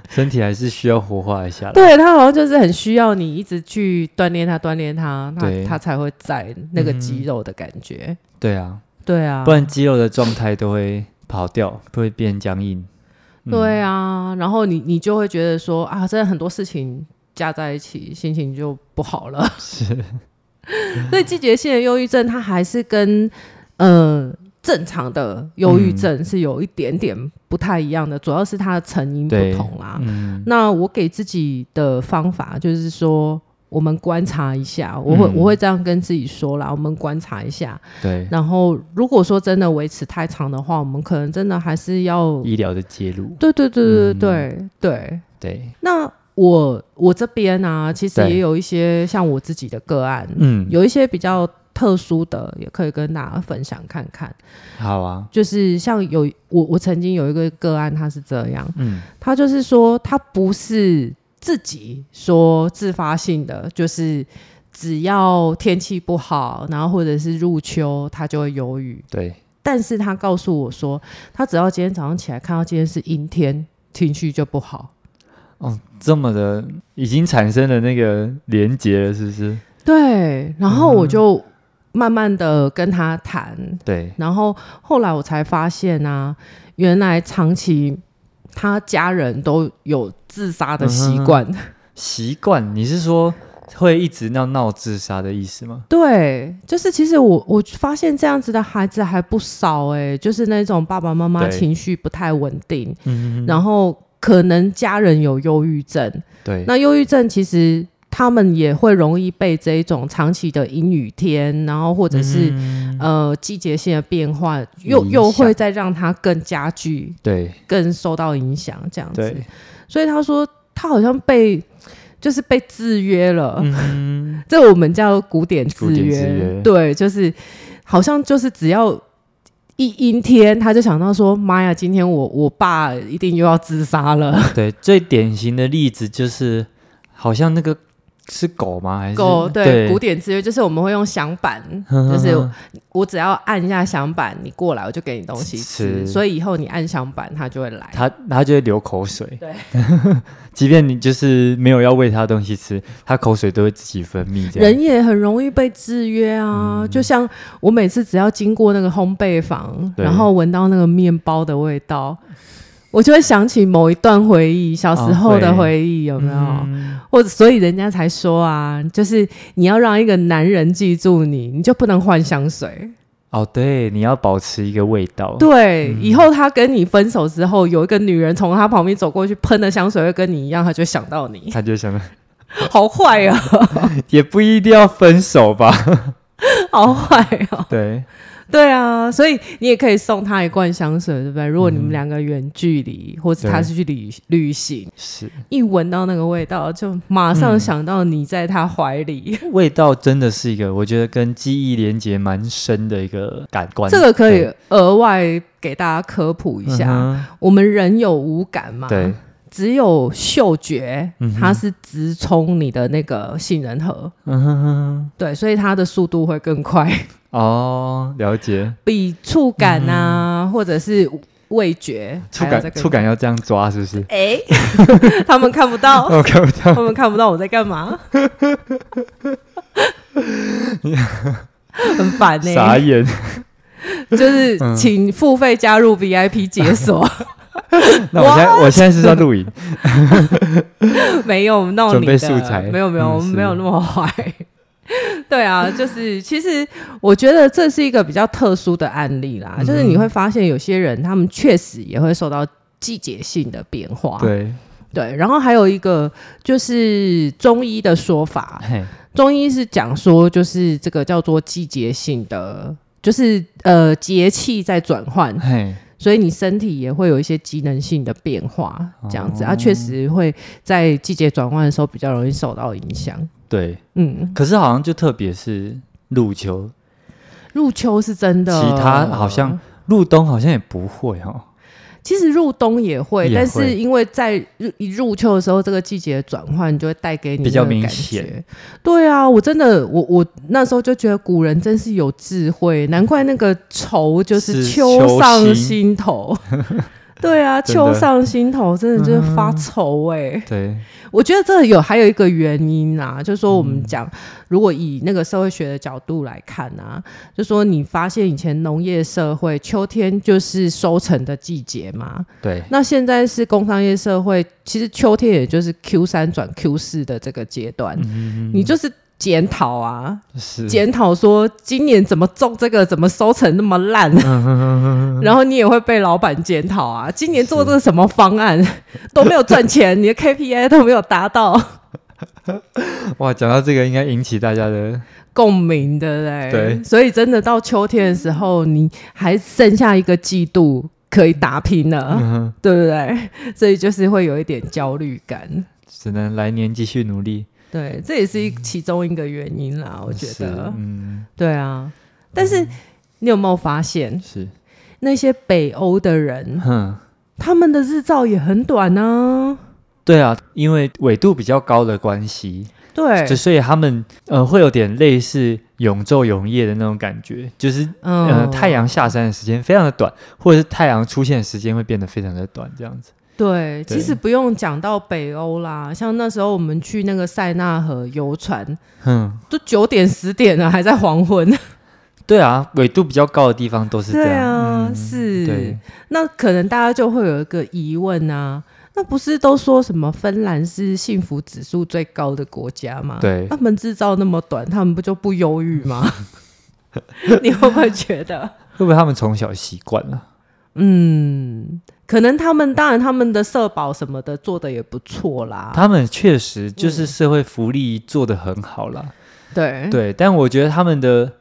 Speaker 1: 身体还是需要活化一下啦，
Speaker 2: 对它好像就是很需要你一直去锻炼它，锻炼它，它
Speaker 1: 对嗯
Speaker 2: 它才会在那个肌肉的感觉。
Speaker 1: 对啊，
Speaker 2: 对啊
Speaker 1: 不，然肌肉的状态都会跑掉，会变僵硬，嗯
Speaker 2: 对啊，然后你你就会觉得说啊，真的很多事情加在一起，心情就不好
Speaker 1: *laughs*
Speaker 2: 了。
Speaker 1: 是，
Speaker 2: 所以季节性的忧郁症，它还是跟呃正常的忧郁
Speaker 1: 嗯
Speaker 2: 症是有一点点不太一样的，主要是它的成因不
Speaker 1: 对
Speaker 2: 同啦。
Speaker 1: 嗯，
Speaker 2: 那我给自己的方法就是说，我们观察一下，我会、
Speaker 1: 嗯
Speaker 2: 我会这样跟自己说啦，我们观察一下。
Speaker 1: 对，
Speaker 2: 然后如果说真的维持太长的话，我们可能真的还是要
Speaker 1: 医疗的介入，
Speaker 2: 对对对对
Speaker 1: 嗯
Speaker 2: 对、对。
Speaker 1: 对，
Speaker 2: 那我我这边啊，其实
Speaker 1: 对
Speaker 2: 也有一些像我自己的个案，
Speaker 1: 嗯，
Speaker 2: 有一些比较特殊的，也可以跟大家分享看看。
Speaker 1: 好啊，
Speaker 2: 就是像有我，我曾经有一个个案，他是这样，
Speaker 1: 嗯，
Speaker 2: 他就是说他不是自己说自发性的，就是只要天气不好，然后或者是入秋，他就会忧郁。
Speaker 1: 对，
Speaker 2: 但是他告诉我说，他只要今天早上起来看到今天是阴天，情绪就不好。
Speaker 1: 哦，这么的已经产生了那个连结了，是不是？
Speaker 2: 对，然后我
Speaker 1: 嗯
Speaker 2: 就慢慢的跟他谈，
Speaker 1: 对，
Speaker 2: 然后后来我才发现啊，原来长期他家人都有自杀的习惯。
Speaker 1: 嗯习惯，你是说会一直闹闹自杀的意思吗？
Speaker 2: *laughs* 对，就是其实我我发现这样子的孩子还不少哎、就是那种爸爸妈妈
Speaker 1: 对
Speaker 2: 情绪不太稳定，
Speaker 1: 嗯，
Speaker 2: 然后可能家人有忧郁症。
Speaker 1: 对，
Speaker 2: 那忧郁症其实。他们也会容易被这一种长期的阴雨天，然后或者是、
Speaker 1: 嗯
Speaker 2: 呃季节性的变化，又
Speaker 1: 影
Speaker 2: 又会
Speaker 1: 响
Speaker 2: 再让他更加剧
Speaker 1: 对
Speaker 2: 更受到影响，这样子
Speaker 1: 对。，
Speaker 2: 所以他说他好像被就是被制约了，
Speaker 1: 嗯，
Speaker 2: 这我们叫古典制
Speaker 1: 古典
Speaker 2: 约。
Speaker 1: 制约
Speaker 2: 对，就是好像就是只要。一阴天，他就想到说：“妈呀，今天我我爸一定又要自杀了。
Speaker 1: *laughs* *laughs*
Speaker 2: *laughs*
Speaker 1: 对，最典型的例子就是，好像那个是狗吗？还”是
Speaker 2: 狗对
Speaker 1: 对嗯
Speaker 2: 古典制约就是我们会用响板，
Speaker 1: *laughs*
Speaker 2: 就是我只要按一下响板，你过来我就给你东西
Speaker 1: 吃
Speaker 2: 吃，所以以后你按响板，它就会来。
Speaker 1: 它它就会流口水，
Speaker 2: 对，
Speaker 1: *laughs* 即便你就是没有要喂它东西吃，它口水都会自己分泌，这样嗯
Speaker 2: 人也很容易被制约啊，就像我每次只要经过那个烘焙房，
Speaker 1: 对
Speaker 2: 然后闻到那个面包的味道，我就会想起某一段回忆，小时候的回忆，有没有？
Speaker 1: 哦嗯
Speaker 2: 或者所以人家才说啊，就是你要让一个男人记住你，你就不能换香水。
Speaker 1: 哦，对，你要保持一个味道，
Speaker 2: 对，
Speaker 1: 嗯
Speaker 2: 以后他跟你分手之后，有一个女人从他旁边走过去，喷的香水会跟你一样，他就想到你，
Speaker 1: 它就想 *laughs*
Speaker 2: 好坏啊，
Speaker 1: 也不一定要分手吧？
Speaker 2: 好坏啊。
Speaker 1: 对，
Speaker 2: 对啊，所以你也可以送他一罐香水，对不对？如果你们两个远距离，或是他
Speaker 1: 对
Speaker 2: 是去旅旅行，
Speaker 1: 是
Speaker 2: 一闻到那个味道，就马上想到你在他怀里。
Speaker 1: 味道真的是一个，我觉得跟记忆连接蛮深的一个感官。
Speaker 2: 这个可以额外给大家科普一
Speaker 1: 对
Speaker 2: 下，
Speaker 1: 嗯
Speaker 2: 我们人有五感嘛，
Speaker 1: 哼对，
Speaker 2: 只有嗅觉
Speaker 1: 嗯，哼
Speaker 2: 它是直冲你的那个杏仁核，
Speaker 1: 嗯哼哼
Speaker 2: 对，所以它的速度会更快， *laughs*
Speaker 1: 哼，哦，了解，
Speaker 2: 比触感啊，或者是味觉，
Speaker 1: 嗯触
Speaker 2: 还有这
Speaker 1: 感
Speaker 2: 个
Speaker 1: 触感要这样抓，是不是？ *laughs*
Speaker 2: 哎，他们看不到，
Speaker 1: 我看不到，
Speaker 2: 他们看不到我在干
Speaker 1: *laughs*
Speaker 2: 嘛，很烦呢、
Speaker 1: 傻眼。 *laughs* 嗯
Speaker 2: 就是请付费加入 VIP 解
Speaker 1: *laughs*
Speaker 2: 锁，
Speaker 1: 那我现在我现在是在录影，
Speaker 2: *laughs* 没有弄
Speaker 1: 准
Speaker 2: 你
Speaker 1: 备
Speaker 2: 的
Speaker 1: 素材
Speaker 2: 没有没有，
Speaker 1: 嗯
Speaker 2: 我们没有
Speaker 1: 是
Speaker 2: 那么坏。 *laughs* 对啊，就是其实我觉得这是一个比较特殊的案例
Speaker 1: 嗯
Speaker 2: 啦，就是你会发现有些人他们确实也会受到季节性的变化，
Speaker 1: 对，
Speaker 2: 对。然后还有一个就是中医的说法，
Speaker 1: 嘿
Speaker 2: 中医是讲说，就是这个叫做季节性的，就是呃节气在转换，
Speaker 1: 嘿，
Speaker 2: 所以你身体也会有一些机能性的变化，
Speaker 1: 哦
Speaker 2: 这样子，它、啊确实会在季节转换的时候比较容易受到影响。
Speaker 1: 对。
Speaker 2: 嗯，
Speaker 1: 可是好像就特别是入秋，
Speaker 2: 入秋是真的，
Speaker 1: 其他好像入冬好像也不会哦。
Speaker 2: 其实入冬也会，
Speaker 1: 也会
Speaker 2: 但是因为在入一入秋的时候，这个季节的转换就会带给你
Speaker 1: 比较
Speaker 2: 那个
Speaker 1: 明
Speaker 2: 感
Speaker 1: 显
Speaker 2: 觉。对啊，我真的，我我那时候就觉得古人真是有智慧，难怪那个愁就是
Speaker 1: 是
Speaker 2: 秋上
Speaker 1: 秋心 *laughs*
Speaker 2: 心头。对啊，
Speaker 1: 真的
Speaker 2: 秋上心头，真的就是发愁哎、
Speaker 1: 对，
Speaker 2: 我觉得这有还有一个原因啊，就是说我们讲，
Speaker 1: 嗯
Speaker 2: 如果以那个社会学的角度来看啊，就说你发现以前农业社会秋天就是收成的季节嘛，
Speaker 1: 对，
Speaker 2: 那现在是工商业社会，其实秋天也就是 Q 三转 Q 四的这个阶段，
Speaker 1: 嗯
Speaker 2: 你就是。检讨啊，
Speaker 1: 是
Speaker 2: 检讨说今年怎么种这个，怎么收成那么烂，
Speaker 1: 嗯
Speaker 2: 然后你也会被老板检讨啊。今年做这个什么方
Speaker 1: *laughs*
Speaker 2: 案都没有赚钱，你的 KPI 都没有达到
Speaker 1: 哇，讲到这个应该引起大家的
Speaker 2: 共鸣，对不对？
Speaker 1: 对
Speaker 2: 所以真的到秋天的时候，你还剩下一个季度可以打拼
Speaker 1: 嗯
Speaker 2: 了，对不对？所以就是会有一点焦虑感。
Speaker 1: 只能来年继续努力。
Speaker 2: 对，这也是一其中一个原因啦，我觉
Speaker 1: 嗯是
Speaker 2: 得。
Speaker 1: 嗯，
Speaker 2: 对啊，但是你有没有发现 *laughs*
Speaker 1: 是，
Speaker 2: 那些北欧的人？
Speaker 1: 哼，
Speaker 2: 他们的日照也很短呢、
Speaker 1: 对啊，因为纬度比较高的关系，
Speaker 2: 对
Speaker 1: 就，所以他们呃会有点类似永昼永夜的那种感觉，就是
Speaker 2: 嗯
Speaker 1: 呃太阳下山的时间非常的短，或者是太阳出现的时间会变得非常的短，这样子。
Speaker 2: 对，
Speaker 1: 对
Speaker 2: 其实不用讲到北欧啦，像那时候我们去那个塞纳河游船，
Speaker 1: 哼，
Speaker 2: 都九点十点了，还在黄昏。
Speaker 1: 对啊，纬度比较高的地方都是这
Speaker 2: 对
Speaker 1: 样。
Speaker 2: 啊，
Speaker 1: 嗯
Speaker 2: 是
Speaker 1: 对。
Speaker 2: 那可能大家就会有一个疑问啊，那不是都说什么芬兰是幸福指数最高的国家吗？
Speaker 1: 对
Speaker 2: 他们制造那么短，他们不就不忧郁 *laughs* 吗？你会不会觉得？
Speaker 1: 会不会他们从小习惯了？
Speaker 2: 嗯，可能他们当然他们的社保什么的做的也不错啦。
Speaker 1: 他们确实
Speaker 2: 嗯
Speaker 1: 就是社会福利做得很好啦，
Speaker 2: 对
Speaker 1: 对，但我觉得他们的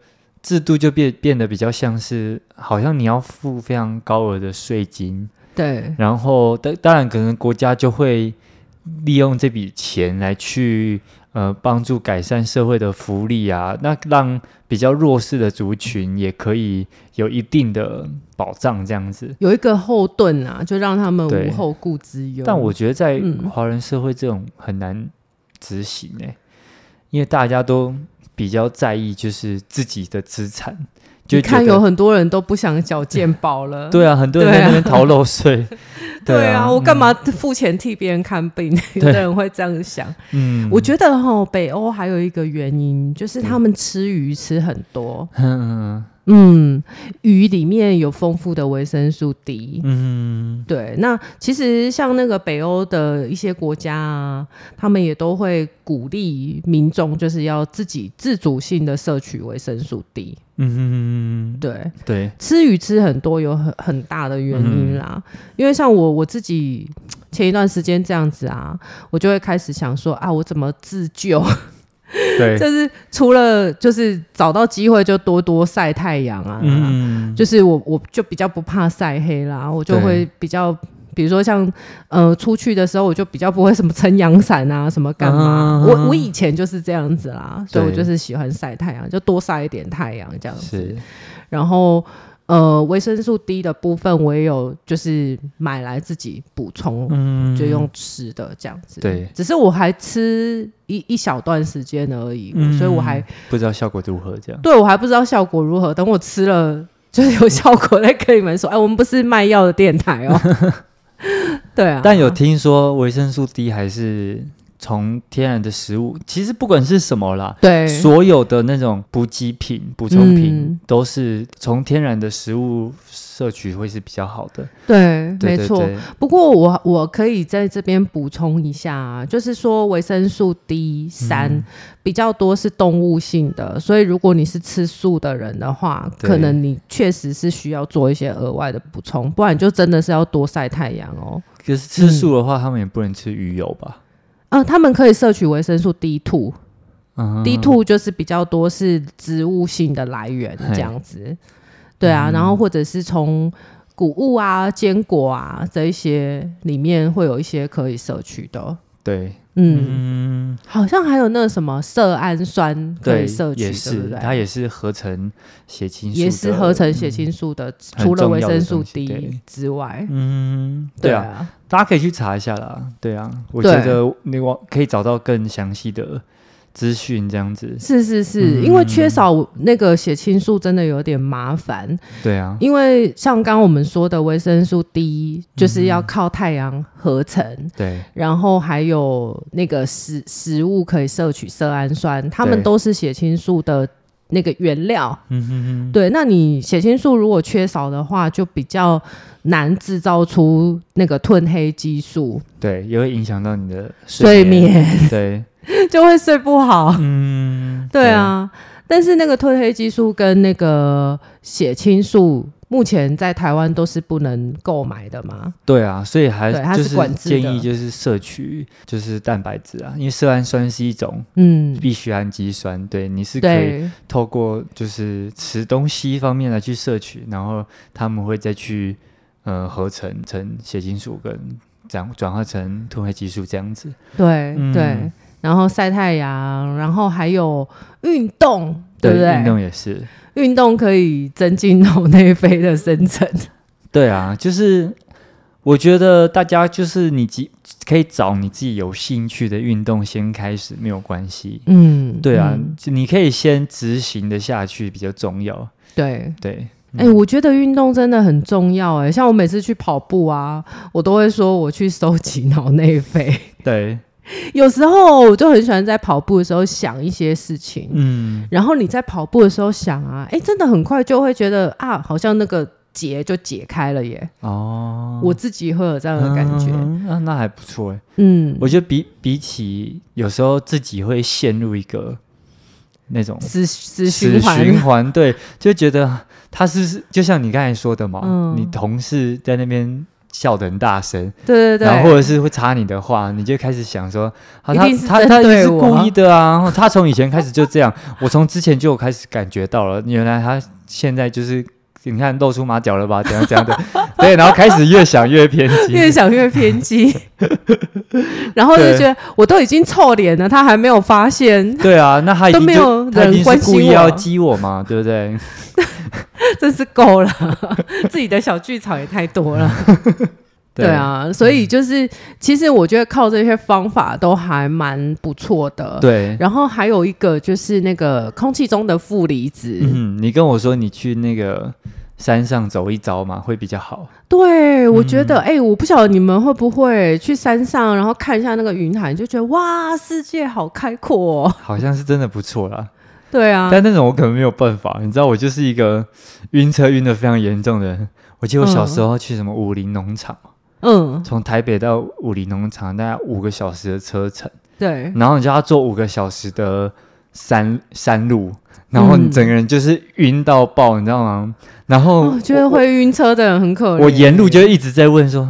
Speaker 1: 制度就变变得比较像是，好像你要付非常高额的税金，
Speaker 2: 对
Speaker 1: 然后当当然可能国家就会利用这笔钱来去呃帮助改善社会的福利啊，那让比较弱势的族群也可以有一定的保障这样子。
Speaker 2: 有一个后盾啊，就让他们
Speaker 1: 对
Speaker 2: 无后顾之忧。
Speaker 1: 但我觉得在
Speaker 2: 嗯
Speaker 1: 华人社会这种很难执行哎、因为大家都比较在意就是自己的资产，就
Speaker 2: 你看
Speaker 1: 觉
Speaker 2: 有
Speaker 1: 得
Speaker 2: 很多人都不想缴健保了。
Speaker 1: 对啊，很多人
Speaker 2: 对
Speaker 1: 在
Speaker 2: 啊，
Speaker 1: 那边逃漏税
Speaker 2: 对啊，我干
Speaker 1: 嘛？
Speaker 2: 嘛付钱替别人看 *laughs* 病？有的人会这样想。
Speaker 1: 嗯，
Speaker 2: 我觉得哈，北欧还有一个原因就是他们吃鱼吃很多。
Speaker 1: 嗯
Speaker 2: 嗯，鱼里面有丰富的维生素 D。
Speaker 1: 嗯
Speaker 2: 对，那其实像那个北欧的一些国家啊，他们也都会鼓励民众就是要自己自主性的摄取维生素 D。
Speaker 1: 嗯嗯，
Speaker 2: 对，
Speaker 1: 对，
Speaker 2: 吃鱼吃很多有很很大的原因啦，
Speaker 1: 嗯
Speaker 2: 因为像我我自己前一段时间这样子啊，我就会开始想说啊，我怎么自救？
Speaker 1: 对，
Speaker 2: *laughs* 就是除了就是找到机会就多多晒太阳啊，
Speaker 1: 嗯，
Speaker 2: 就是我我就比较不怕晒黑啦，我就
Speaker 1: 对
Speaker 2: 会比较，比如说像呃出去的时候，我就比较不会什么撑阳伞啊，什么干
Speaker 1: 嗯
Speaker 2: 嘛。我我以前就是这样子啦，所以我
Speaker 1: 对
Speaker 2: 就是喜欢晒太阳，就多晒一点太阳这样子
Speaker 1: 是。，
Speaker 2: 然后呃维生素 D 的部分，我也有就是买来自己补充。
Speaker 1: 嗯
Speaker 2: 就用吃的这样子，
Speaker 1: 对
Speaker 2: 只是我还吃一一小段时间而已，
Speaker 1: 嗯
Speaker 2: 所以我还
Speaker 1: 不知道效果如何这样。
Speaker 2: 对我还不知道效果如何。等我吃了就是有效果再跟你们说。哎，我们不是卖药的电台哦。 *laughs* 对啊，
Speaker 1: *laughs* 但有听说维生素 D 还是从天然的食物，其实不管是什么啦，
Speaker 2: 对
Speaker 1: 所有的那种补给品、补充品
Speaker 2: 嗯
Speaker 1: 都是从天然的食物摄取会是比较好的。
Speaker 2: 对，
Speaker 1: 对
Speaker 2: 没
Speaker 1: 对
Speaker 2: 错。
Speaker 1: 对
Speaker 2: 不过我我可以在这边补充一下、啊，就是说维生素 D 三、
Speaker 1: 嗯
Speaker 2: 比较多是动物性的，所以如果你是吃素的人的话，
Speaker 1: 对
Speaker 2: 可能你确实是需要做一些额外的补充，不然就真的是要多晒太阳哦。
Speaker 1: 可是吃素的话，他们也不能吃鱼油吧？
Speaker 2: 嗯、他们可以摄取维生素 D two，
Speaker 1: 嗯
Speaker 2: D two 就是比较多是植物性的来源
Speaker 1: 嘿嗯
Speaker 2: 这样子，对啊，然后或者是从谷物啊、坚果啊这一些里面会有一些可以摄取的，
Speaker 1: 对，
Speaker 2: 嗯，
Speaker 1: 嗯，
Speaker 2: 好像还有那什么色氨酸可以
Speaker 1: 对
Speaker 2: 摄，取，
Speaker 1: 也
Speaker 2: 对不
Speaker 1: 是，
Speaker 2: 对？
Speaker 1: 它也是合成血清素的，
Speaker 2: 也是合成血清素的，
Speaker 1: 很
Speaker 2: 除了
Speaker 1: 重
Speaker 2: 维
Speaker 1: 要的
Speaker 2: 生素
Speaker 1: 东西
Speaker 2: D
Speaker 1: 对
Speaker 2: 之外，
Speaker 1: 嗯，
Speaker 2: 对
Speaker 1: 对啊，
Speaker 2: 啊，
Speaker 1: 大家可以去查一下啦。对啊，我
Speaker 2: 对
Speaker 1: 觉得你往可以找到更详细的资讯，这样子。
Speaker 2: 是是
Speaker 1: 嗯
Speaker 2: 是，因为缺少那个血清素真的有点麻烦，
Speaker 1: 对啊，
Speaker 2: 因为像刚刚我们说的维生素 D 就是要靠太阳合成。
Speaker 1: 对，
Speaker 2: 然后还有那个食食物可以摄取色氨酸，它们
Speaker 1: 对
Speaker 2: 都是血清素的那个原料。
Speaker 1: 嗯哼哼，
Speaker 2: 对，那你血清素如果缺少的话，就比较难制造出那个褪黑激素，
Speaker 1: 对，也会影响到你的
Speaker 2: 睡
Speaker 1: 睡眠。
Speaker 2: 眠
Speaker 1: 对，
Speaker 2: *laughs* 就会睡不好。
Speaker 1: *laughs* 嗯，
Speaker 2: 对，啊，但是那个褪黑激素跟那个血清素。目前在台湾都是不能购买的嘛？
Speaker 1: 对啊，所以还
Speaker 2: 对它
Speaker 1: 就是
Speaker 2: 管制的
Speaker 1: 建议就是摄取就是蛋白质啊，因为色氨酸是一种
Speaker 2: 嗯，
Speaker 1: 必需氨基酸，对，你是可以
Speaker 2: 对，
Speaker 1: 透过就是吃东西方面来去摄取，然后他们会再去呃合成成血清素跟转转化成褪黑激素这样子。
Speaker 2: 对、
Speaker 1: 嗯
Speaker 2: 对，然后晒太阳，然后还有运动，对不对？
Speaker 1: 运动也是。
Speaker 2: 运动可以增进脑内啡的生
Speaker 1: *laughs*
Speaker 2: 成。
Speaker 1: 对啊，就是我觉得大家就是你自可以找你自己有兴趣的运动先开始，没有关系。
Speaker 2: 嗯，
Speaker 1: 对啊，
Speaker 2: 嗯
Speaker 1: 就你可以先执行的下去比较重要。
Speaker 2: 对。
Speaker 1: 对，
Speaker 2: 哎、我觉得运动真的很重要哎、像我每次去跑步啊，我都会说我去收集脑内啡。 *laughs*
Speaker 1: 对，
Speaker 2: 有时候我就很喜欢在跑步的时候想一些事情，
Speaker 1: 嗯，
Speaker 2: 然后你在跑步的时候想啊，哎、真的很快就会觉得啊，好像那个结就解开了耶。
Speaker 1: 哦，
Speaker 2: 我自己会有这样的感觉。
Speaker 1: 嗯啊，那还不错哎。
Speaker 2: 嗯，
Speaker 1: 我觉得比比起有时候自己会陷入一个那种
Speaker 2: 死死
Speaker 1: 死
Speaker 2: 循环。
Speaker 1: 循环，对，就觉得他是不是就像你刚才说的嘛，
Speaker 2: 嗯
Speaker 1: 你同事在那边笑得很大声，
Speaker 2: 对对对，
Speaker 1: 然后或者是会插你的话，你就开始想说，啊、
Speaker 2: 一
Speaker 1: 他
Speaker 2: 定是
Speaker 1: 他
Speaker 2: 针
Speaker 1: 他
Speaker 2: 对
Speaker 1: 是
Speaker 2: 我
Speaker 1: 故意的啊，他从以前开始就这样， *laughs* 我从之前就有开始感觉到了，原来他现在就是。你看露出马脚了吧？怎样怎
Speaker 2: *laughs*
Speaker 1: 样的？对，然后开始越想越偏激，
Speaker 2: 越想越
Speaker 1: *laughs*
Speaker 2: 偏激，然后就觉得我都已经臭脸了，他还没有发现， *laughs*
Speaker 1: 对啊，那他一定
Speaker 2: 都没
Speaker 1: 就
Speaker 2: 有
Speaker 1: 他
Speaker 2: 人
Speaker 1: 一定
Speaker 2: 关
Speaker 1: 是
Speaker 2: 心
Speaker 1: 故意
Speaker 2: 我
Speaker 1: 要激我嘛，对不对？
Speaker 2: 真是够了，自己的小剧场也太多了。
Speaker 1: *laughs*
Speaker 2: 对，啊，所
Speaker 1: 嗯
Speaker 2: 以就是其实我觉得靠这些方法都还蛮不错的。，
Speaker 1: 对，
Speaker 2: 然后还有一个就是那个空气中的负离子，
Speaker 1: 嗯，你跟我说你去那个山上走一遭嘛，会比较好。
Speaker 2: 对，我觉
Speaker 1: 嗯
Speaker 2: 得，哎、我不晓得你们会不会去山上，然后看一下那个云海，就觉得哇，世界好开阔、 *laughs* 哦。
Speaker 1: 好像是真的不错啦，
Speaker 2: 对啊，
Speaker 1: 但那种我可能没有办法，你知道，我就是一个晕车晕的非常严重的人。我记得我小时候去什么武林农场，
Speaker 2: 嗯，
Speaker 1: 从台北到武林农场大概五个小时的车程，
Speaker 2: 对，
Speaker 1: 然后你就要坐五个小时的山山路，然后你整个人就是晕到爆，你知道吗？然后
Speaker 2: 哦，觉得
Speaker 1: 我
Speaker 2: 会晕车的人很可怜。
Speaker 1: 嗯我沿路就一直在问说，